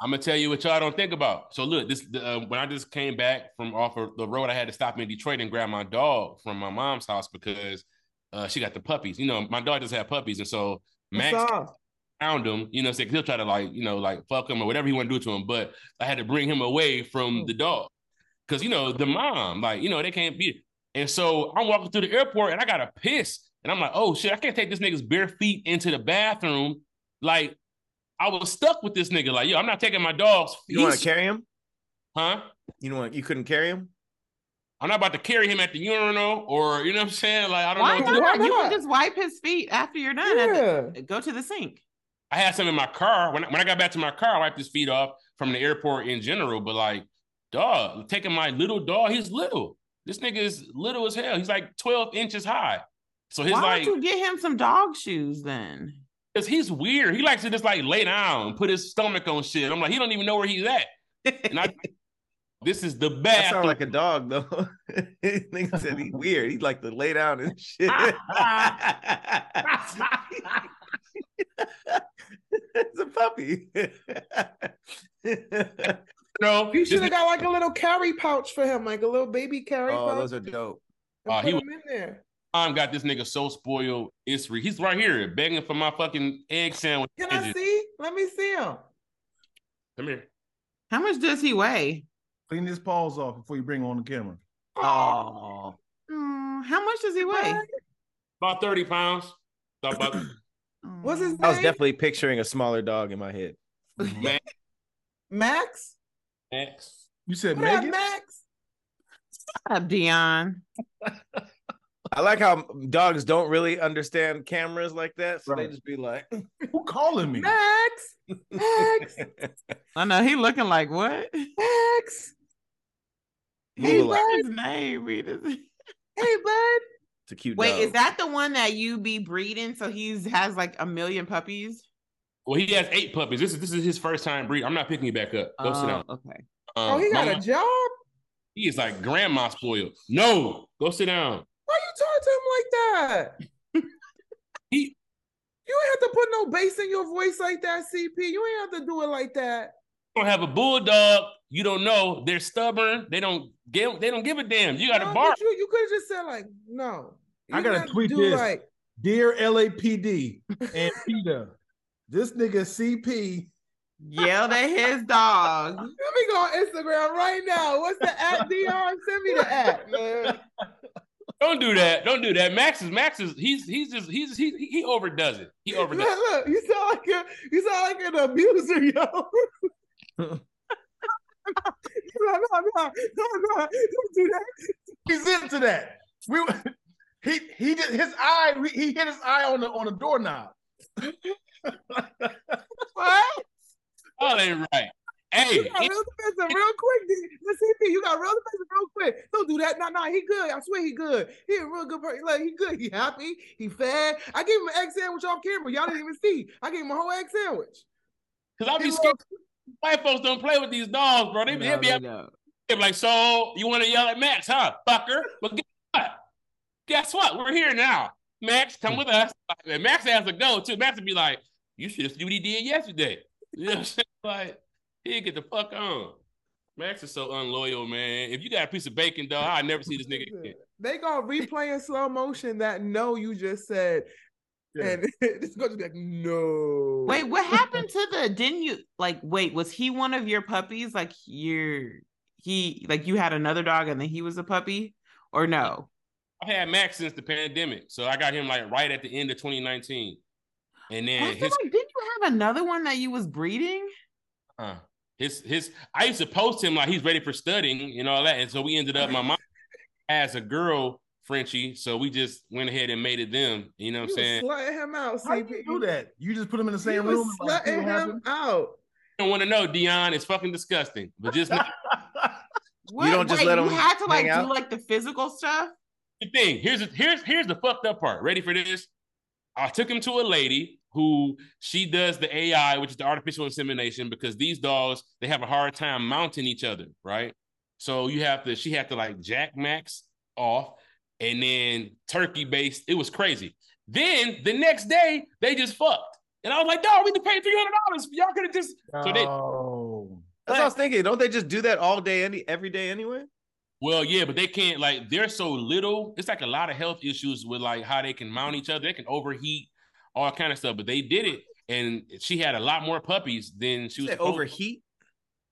I'm gonna tell you what y'all don't think about. So look, this the, uh, when I just came back from off of the road, I had to stop in Detroit and grab my dog from my mom's house because uh, she got the puppies. You know, my dog just had puppies, and so What's Max up? found him. You know, so he'll try to like you know like fuck him or whatever he want to do to him. But I had to bring him away from the dog because you know the mom, like you know they can't be. And so I'm walking through the airport and I got a piss, and I'm like, oh shit, I can't take this nigga's bare feet into the bathroom. Like I was stuck with this nigga. Like yo, I'm not taking my dog's you want feet. to carry him Huh? you know what you couldn't carry him I'm not about to carry him at the urinal or you know what I'm saying? Like I don't Why know. not? what to do. Why You not? can just wipe his feet after you're done. at the- Yeah. go to the sink. I had some in my car. When I, when I got back to my car, I wiped his feet off from the airport in general. But like, dog, taking my little dog, he's little. This nigga is little as hell. He's like 12 inches high. So he's Why like, don't you get him some dog shoes then? cause he's weird. He likes to just like lay down and put his stomach on shit. I'm like, he don't even know where he's at. And I, this is the that bathroom. sounds like a dog though nigga said he's weird he'd like to lay down and shit it's a puppy no, You this should have nigga- got like a little carry pouch for him, like a little baby carry oh pouch. those are dope and Oh, put he him in there. mom got this nigga so spoiled. It's re- he's right here begging for my fucking egg sandwich. Can I see? Let me see him. Come here. How much does he weigh? Clean his paws off before you bring him on the camera. Oh. how much does he weigh? About 30 pounds. About, about- Mm. What's his i was name? definitely picturing a smaller dog in my head man, Max. Max. You said What up, Megan? Max? Shut up, Dion? I like how dogs don't really understand cameras like that, so they Right. just be like, Who calling me? Max. Max. I know he looking like what? Max. Move Hey, a lot. His bud. name. we just- Hey, bud. It's a cute Wait, dog. is that the one that you be breeding? So he's has like a million puppies. Well, he has eight puppies. This is this is his first time breed. I'm not picking you back up. Go sit down. Oh, Okay. Um, Uh, Oh, he got my a mom- job. he is like grandma spoiled. No, go sit down. Why you talk to him like that? He- you ain't have to put no bass in your voice like that, CP. You ain't have to do it like that. You don't have a bulldog. You don't know. They're stubborn. They don't give. They don't give a damn. You No, got to but bark. You, could have just said like, no. I You gotta had to tweet do this. Like, Dear LAPD and PETA, this nigga CP Yelled at his dog. let me go on Instagram right now. What's the at Dion? Send me the at, man. Don't do that. Don't do that. Max is Max is. He's he's just he's he he overdoes it. He Look, overdoes. it. look, you sound like a, you sound like an abuser, yo. no, no, no, no, no, don't do that. he's into that. We were- he he did his eye we- he hit his eye on the on the doorknob. What? All ain't right. Hey, You got real defensive real quick. D. Let's see, P, you got real defensive real quick. Don't do that. No, no, he good. I swear he good. He a real good person. Like he good. He happy. He fed. I gave him an egg sandwich off camera. Y'all didn't even see. I gave him a whole egg sandwich. because I He be look- scared. White folks don't play with these dogs, bro. They, No, they be they out don't. there like, so you want to yell at Max, huh, fucker? But guess what? Guess what? We're here now. Max, come with us. And Max has to go too. Max would be like, you should have see what he did yesterday. You know what I'm saying? Like, He'll get the fuck on. Max is so unloyal, man. If you got a piece of bacon, dog, I never see this nigga again. They gonna replay in slow motion that no you just said, Yeah. and it's gonna be like no. Wait, what happened to the? Didn't you like? Wait, was he one of your puppies? Like your he like you had another dog and then he was a puppy, or no? I've had Max since the pandemic, so I got him like right at the end of 2019, and I then feel his like, didn't you have another one that you was breeding? uh, his his I used to post him like he's ready for studying and all that, and so we ended up my mom has a girl Frenchie, so we just went ahead and made it them. You know what I'm you saying? slutting him out. How CP. do you do that? You just put them in the You same was room. and, like, see slutting what him out. don't want to know, Dion. It's fucking disgusting. But just know happens? What? don't just Wait, let you him had to like hang out? do like the physical stuff. the thing. Here's the, here's here's the fucked up part. Ready for this? I took him to a lady who she does the AI, which is the artificial insemination, because these dogs they have a hard time mounting each other, right? So you have to she had to like jack Max off, and then turkey based. It was crazy. Then the next day they just fucked, and I was like, "Dog, we just paid three hundred dollars. Y'all could have just." So they- Oh. That's what I was thinking. Don't they just do that all day, any every day anyway? Well, yeah, but they can't like they're so little. It's like a lot of health issues with like how they can mount each other. They can overheat, all kind of stuff. But they did it, and she had a lot more puppies than she was They supposed- overheat.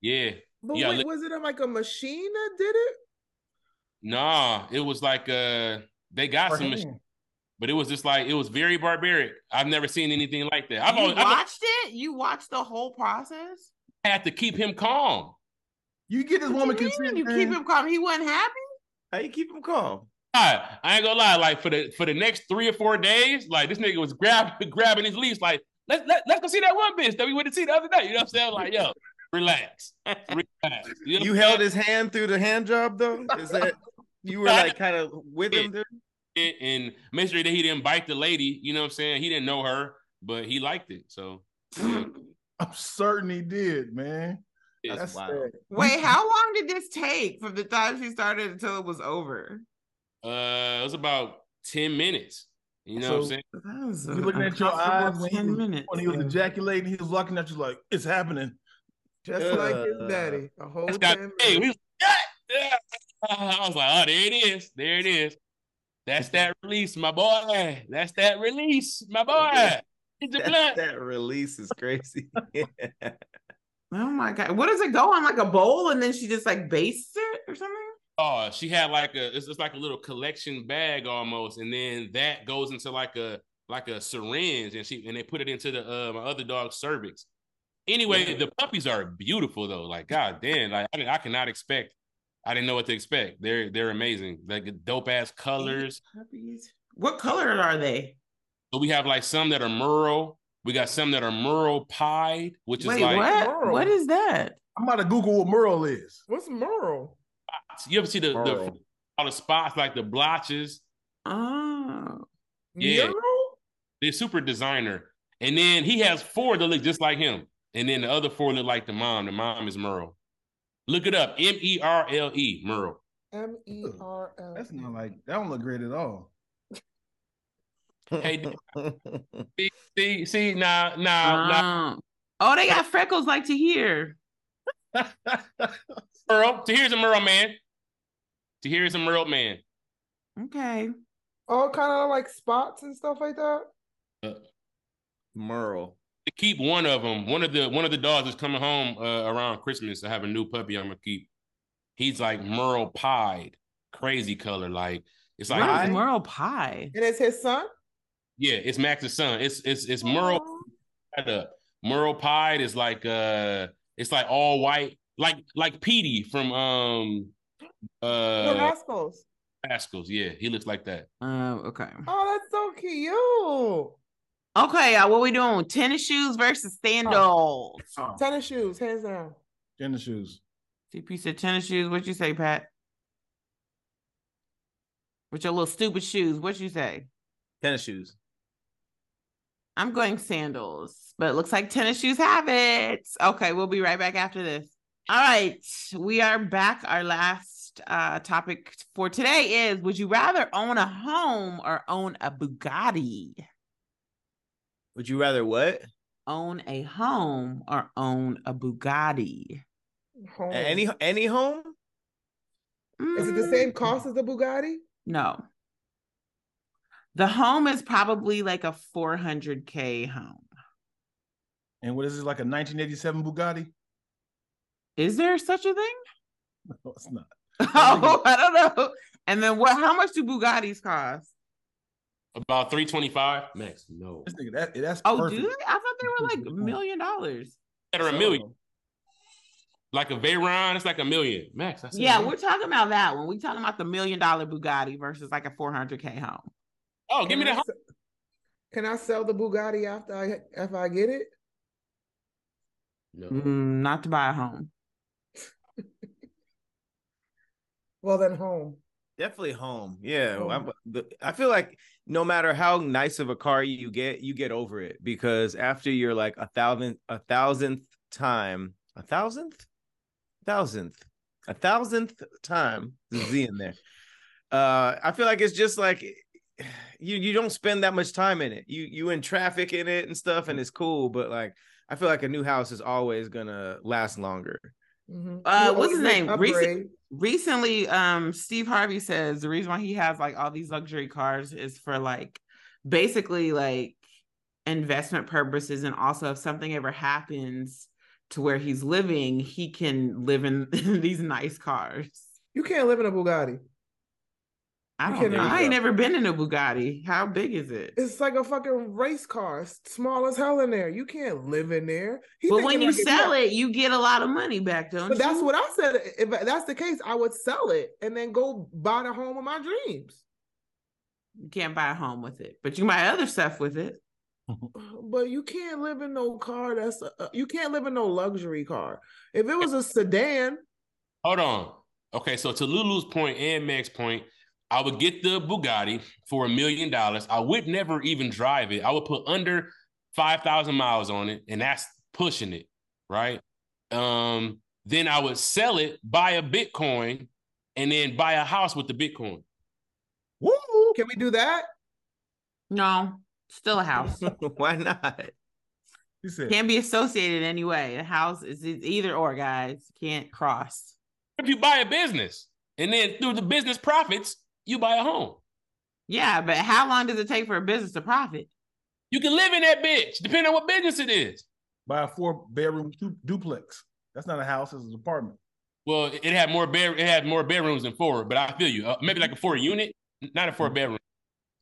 Yeah, But Yeah, wait, li- was it like a machine that did it? nah, it was like uh they got some, mach- Hand. but it was just like it was very barbaric. I've never seen anything like that. I've you always, I've always watched it. You watched the whole process. had to keep him calm. You get this What woman you, mean? consent. you man. keep him calm. He wasn't happy. How you keep them calm? I, I ain't gonna lie, like for the for the next three or four days, like this nigga was grab, grabbing his leash, like let's let, let's go see that one bitch that we went to see the other day. You know what I'm saying? Like, yo, relax, relax. You, know You what I'm held saying? his hand through the hand job though. Is that you were like kind of with him there? it and made sure that he didn't bite the lady. You know what I'm saying? He didn't know her, but he liked it. So yeah. I'm certain he did, man. Yes. That's Wow. sad. Wait, how long did this take from the time she started until it was over? uh, it was about ten minutes. You know what I'm So- saying? That was You looking at your eyes when he ten was- minutes. When he was yeah. ejaculating, he was looking at you like it's happening. Just like his Uh, daddy. A whole That's got damn hey, minute. we was, yeah, yeah. I was like, oh, there it is. There it is. That's that release, my boy. That's that release, my boy. It's the That, blunt. that release is crazy. Oh my god, what does it go on like a bowl and then she just like bastes it or something? Oh, she had like a it's just like a little collection bag almost, and then that goes into like a like a syringe, and she and they put it into the uh my other dog's cervix. Anyway, the puppies are beautiful though. Like god damn, like I, I cannot expect. I didn't know what to expect. They're they're amazing. Like dope ass colors. Puppies. What color are they? So we have like some that are Merle. We got some that are Merle pied, which Wait, is like what? Merle. What is that? I'm about to Google what Merle is. What's Merle? you ever see the, the Merle. all the spots like the blotches. Oh, Yeah. Mural? They're super designer. And then he has four that look just like him. And then the other four look like the mom. The mom is Merle. Look it up. M E R L E Merle. M E R L. That's not like that. Don't look great at all. Hey, See, see, see, nah, nah, nah. Um, oh, they got freckles like to hear. Merle. To here's a Merle man. To here's a Merle man. Okay, All kind of Oh, like spots and stuff like that. Merle. to keep one of them. One of the one of the dogs is coming home uh, around Christmas. I have a new puppy I'm gonna keep. He's like Merle pied, crazy color. Like it's like what I- is Merle pie? And it's his son. yeah, it's Max's son. It's it's Oh. it's Merle Aw. pied up. Merle pied is like uh it's like all white, like like Petey from um Oh, The uh Rascals. Rascals. Yeah, he looks like that. Um, okay, Oh, that's so cute. okay. y'all, what we doing? Tennis shoes versus sandals. Oh. Tennis shoes, hands down. In the shoes. CP said tennis shoes. What you say, Pat? With your little stupid shoes. What you say? Tennis shoes. I'm going sandals, but it looks like tennis shoes have it. Okay, we'll be right back after this. All right, we are back. Our last uh, topic for today is Would you rather own a home or own a Bugatti? Would you rather what? own a home or own a Bugatti? Home. Any any home? Is it the Mm, same cost as the Bugatti? No. The home is probably like a 400K home. And what is this like a 1987 Bugatti? Is there such a thing? No, it's not. Oh, I don't know. And then what? How much do Bugattis cost? About 325 max. No. This nigga, that, that's Oh, perfect. do they? I thought they were like a million dollars. Better a million. Like a Veyron, it's like a million max. I said Yeah, no. we're talking about that one. We're talking about the million dollar Bugatti versus like a 400K home. Oh, give me Can the I home. se- Can I sell the Bugatti after I if I get it? Mm, not to buy a home. Well, then home. Definitely home. Yeah. Home. I'm- the- I feel like no matter how nice of a car you get, you get over it because after you're like a thousand, a thousandth time, a thousandth, thousandth, a thousandth time, there's a Z in there. Uh, I feel like it's just like you you don't spend that much time in it. You you in traffic in it and stuff, and it's cool. But like, I feel like a new house is always gonna last longer. Mhm. Uh, You what's his always make name? Reese- upgrade. recently um steve harvey says the reason why he has like all these luxury cars is for like basically like investment purposes and also if something ever happens to where he's living he can live in these nice cars You can't live in a Bugatti. i You don't know cannot. i ain't never been in a bugatti how big is it It's like a fucking race car. It's small as hell in there. You can't live in there. He but thinking when you like if sell it you get a lot of money back don't But that's you what I said. If that's the case, I would sell it and then go buy the home of my dreams. you can't buy a home with it but you can buy other stuff with it But you can't live in no car that's uh, you can't live in no luxury car. If it was a sedan, Hold on. Okay, so to Lulu's point and Meg's point, I would get the Bugatti for a million dollars. I would never even drive it. I would put under five thousand miles on it, and that's pushing it, right? Um, then I would sell it, buy a Bitcoin, and then buy a house with the Bitcoin. Woo! can we do that? no still a house Why not? He said, can't be associated in any way. The house is is either or, guys. Can't cross. If you buy a business, and then through the business profits, you buy a home. Yeah, but how long does it take for a business to profit? You can live in that bitch, depending on what business it is. buy a four bedroom du- duplex. That's not a house, it's an apartment. Well, it it had more bed, it had more bedrooms than four, but I feel you. Uh, maybe like a four unit, not a four Mm-hmm. bedroom.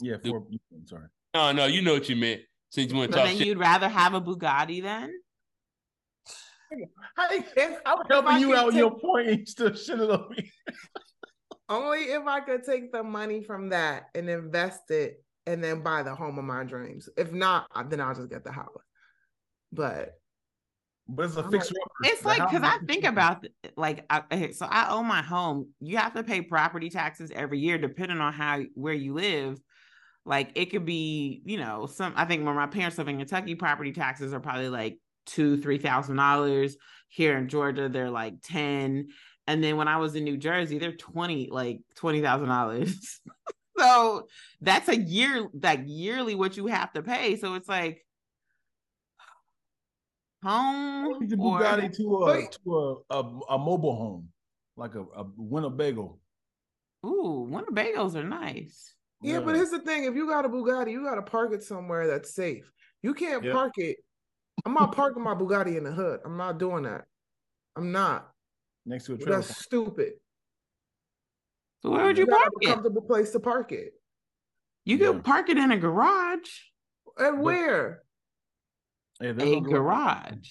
Yeah, four. I'm sorry. No, no, you know what you meant. Since you want So to talk then shit, you'd rather have a Bugatti then? I, was helping you out your point and you still shitting on me. Only if I could take the money from that and invest it and then buy the home of my dreams. If not, I- then I'll just get the house. But But it's a I'm fixer It's like because I think about th- like I, okay, so I own my home. You have to pay property taxes every year, depending on how where you live. Like it could be, you know, some. I think when my parents live in Kentucky, property taxes are probably like two, three thousand dollars. Here in Georgia, they're like ten, and then when I was in New Jersey, they're twenty, like twenty thousand dollars. so that's a year, like yearly, what you have to pay. So it's like home the or- Bugatti to a Wait. to a, a, a mobile home, like a, a Winnebago. Ooh, Winnebagos are nice. yeah, but here's the thing: if you got a Bugatti, you got to park it somewhere that's safe. You can't Yep. park it. I'm not parking my Bugatti in the hood. I'm not doing that. I'm not. next to a trailer. That's stupid. So where would You you gotta park have a it? comfortable place to park it. You could Yeah. park it in a garage. And where? Yeah, there's A no garage. garage.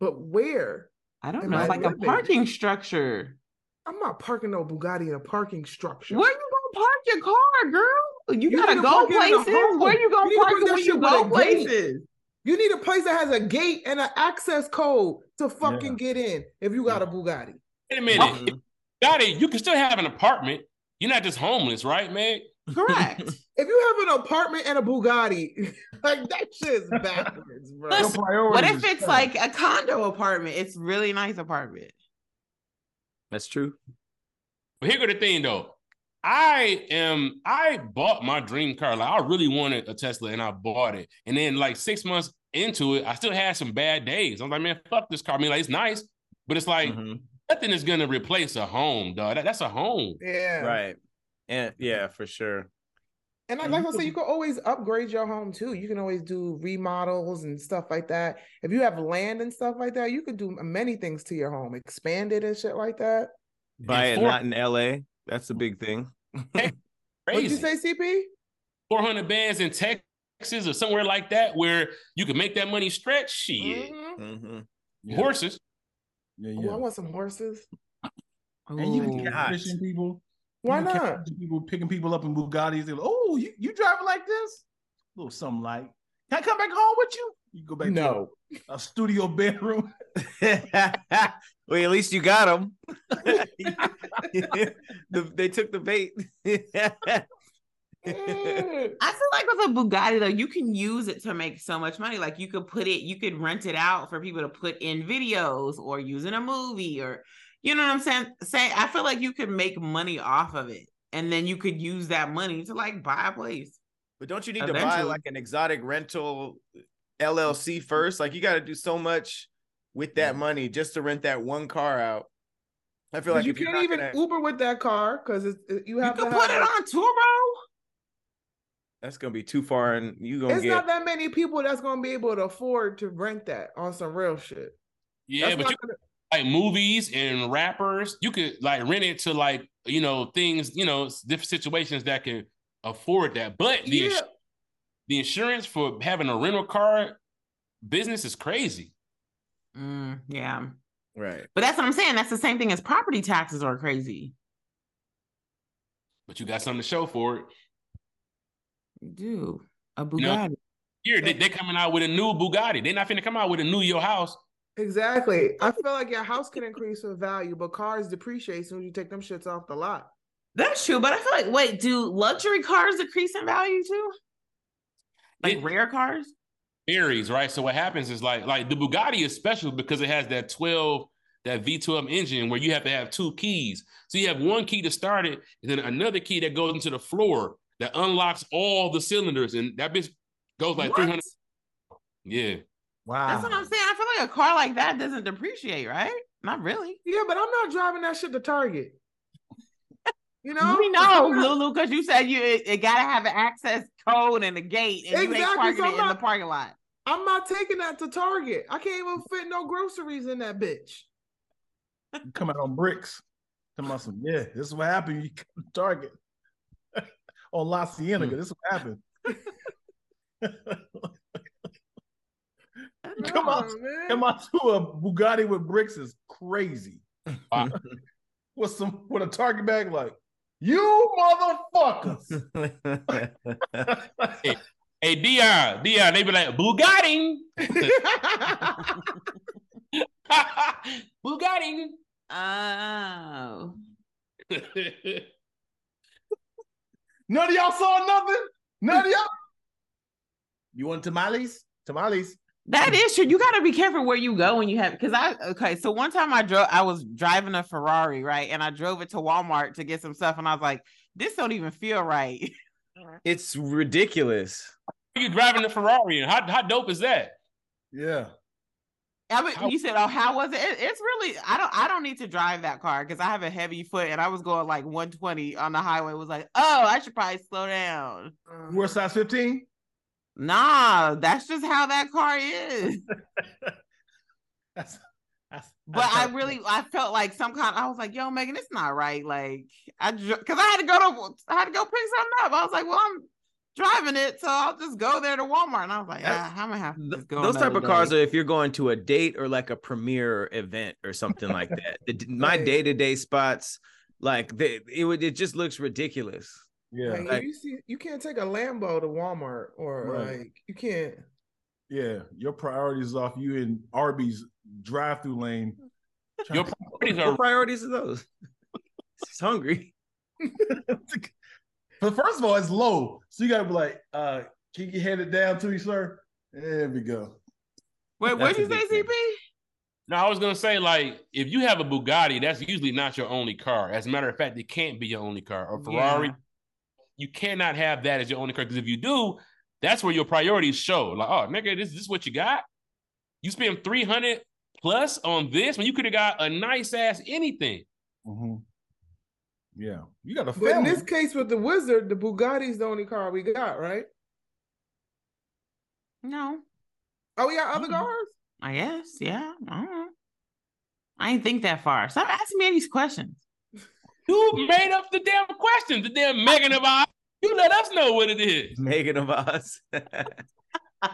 But where? I don't Am know, I like a living? parking structure. I'm not parking no Bugatti in a parking structure. Where you gonna park your car, girl? You, You gotta need to go park it in the places. home. Where you gonna You need to park park it that when shit you with a go gate. places? You need a place that has a gate and an access code to fucking get in if you got a Bugatti. wait a minute. Mm-hmm. If you Got it. You can still have an apartment. You're not just homeless, right, man? Correct. If you have an apartment and a Bugatti, like that shit's backwards, bro. Your Listen, priorities what is if it's trash. like a condo apartment? It's really nice apartment. That's true. But here go the thing though. I am I bought my dream car. Like I really wanted a Tesla and I bought it. And then like six months into it, I still had some bad days. I was like, man, fuck this car. I mean, like it's nice, but it's like Mhm. nothing is gonna replace a home, dog. That, that's a home. Yeah. Right. And yeah, for sure. And I, And like you I said, could- you can always upgrade your home too. You can always do remodels and stuff like that. If you have land and stuff like that, you could do many things to your home, expand it and shit like that. Buy it for- not in LA. That's a big thing. What did you Crazy. say, CP? 400 bands in Texas or somewhere like that where you can make that money stretch. Shit. Mhm. hmm Yeah. Horses. Yeah, Oh, yeah. I want some horses. And you can catch Ooh. fishing people. You Why can catch not? fishing People picking people up in Bugattis. They're like, oh, you, you driving like this? A little something like. Can I come back home with you? You go back No. to a, a studio bedroom. well, at least you got them. they took the bait. Mm. I feel like with a Bugatti though, you can use it to make so much money. Like you could put it, you could rent it out for people to put in videos or use in a movie or you know what I'm saying? Say I feel like you could make money off of it. And then you could use that money to like buy a place. But don't you need to buy Eventually. like an exotic rental LLC first? Like you got to do so much with that money just to rent that one car out. I feel 'Cause like you if you're can't not even gonna- Uber with that car because it's it- you You have could to put it have- on Turo. that's gonna be too far, and you gonna It's get not that many people that's gonna be able to afford to rent that on some real shit. Yeah, That's but not you gonna- like movies and rappers, you could like rent it to like, you know, things, you know, s- different situations that can afford that. But the, ins- yeah. the insurance for having a rental car business is crazy. Mm, yeah. right. But that's what I'm saying. That's the same thing as property taxes are crazy. But you got something to show for it. You do. A Bugatti. know, Here, they, they coming out with a new Bugatti. They're not finna come out with a new your house. Exactly. I feel like your house can increase in value, but cars depreciate as soon as you take them shits off the lot. That's true, but I feel like wait, do luxury cars decrease in value too? Like It- rare cars? varies, right? So what happens is like like the Bugatti is special because it has that 12 that V12 engine where you have to have two keys. So you have one key to start it, and then another key that goes into the floor that unlocks all the cylinders, and that bitch goes like What? 300. Yeah, Wow. That's what I'm saying. I feel like a car like that doesn't depreciate, right? Not really. Yeah, but I'm not driving that shit to Target. You know? We know, Lulu, because you said you it, it gotta have an access code and a gate, and you ain't Exactly, parking so it I'm in the not- parking lot. I'm not taking that to Target. I can't even fit no groceries in that bitch. You come out on bricks. Come out some, yeah, this is what happened. You come to Target on La Cienega. This is what happened. Come on, Nah, man. Come out to a Bugatti with bricks is crazy. Uh, Wow. with some with a Target bag, like you motherfuckers. hey Dion, Dion, they be like Bugatti, Bugatti. Oh. None of y'all saw nothing. None of y'all. You want tamales? Tamales. That is true. You got to be careful where you go when you have because I okay. So one time I drove, I was driving a Ferrari, right, and I drove it to Walmart to get some stuff, and I was like, "This don't even feel right." It's ridiculous. you driving the Ferrari, and how how dope is that? Yeah. I mean, How- you said, "Oh, how was it? It- It's really I don't I don't need to drive that car because I have a heavy foot, and I was going like 120 on the highway. It was like, oh, I should probably slow down. Uh-huh. You wear size 15? Mm-hmm. Nah, that's just how that car is. That's, that's But I really I felt like some kind. I was like, "Yo, Megan, it's not right." Like I because I had to go to I had to go pick something up. I was like, "Well, I'm driving it, so I'll just go there to Walmart." And I was like, That's- ah, "I'm gonna have to Th- just go." Those type another of cars day." are if you're going to a date or like a premiere event or something like that. The- my Right. day to day spots, like they, it would, it just looks ridiculous. yeah. Like, Like- you see, you can't take a Lambo to Walmart or Right. like you can't. Yeah, your priorities off you in Arby's drive-through lane. Trying Your priorities What are priorities are those? It's hungry. to- but first of all, it's low, so you gotta be like, uh, "Can you hand it down to me, sir?" There we go. Wait, That's what'd a you say, big thing. CP? No, I was gonna say like if you have a Bugatti, that's usually not your only car. As a matter of fact, it can't be your only car. Or Ferrari, Yeah. you cannot have that as your only car because if you do, That's where your priorities show. Like, oh nigga, this, this is what you got. You spend 300 plus on this when you could have got a nice ass anything. Mhm. Yeah, you got a But in family. this case with the wizard, the Bugatti's the only car we got, right? No, Oh, we got other Mm-hmm. Mhm. cars? I guess. Yeah. I don't know. I ain't think that far. Stop asking me these questions. You made up the damn questions, the damn Megan of ours. You let us know what it is. Megan of Oz. I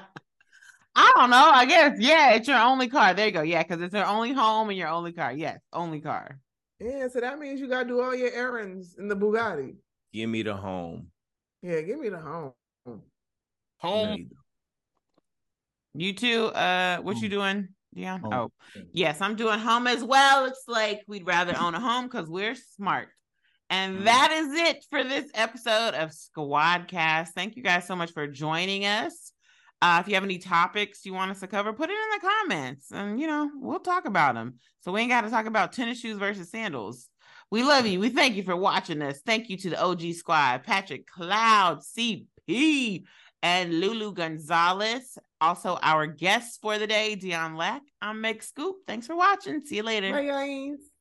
don't know. I guess. Yeah, it's your only car. There you go. Yeah, because it's your only home and your only car. Yes, only car. Yeah, so that means you gotta do all your errands in the Bugatti. Give me the home. Yeah, give me the home. Home. You too. Uh, what you Home. doing, Dion? Home. Oh, yes, I'm doing home as well. It's like we'd rather own a home because we're smart. And that is it for this episode of Squadcast. Thank you guys so much for joining us. Uh, if you have any topics you want us to cover, put it in the comments, and you know we'll talk about them. So we ain't got to talk about tennis shoes versus sandals. We love you. We thank you for watching us. Thank you to the OG Squad, Patrick Cloud, CP, and Lulu Gonzalez. Also, our guests for the day, Dion Lack. I'm Meg Scoop. Thanks for watching. See you later. Bye, guys.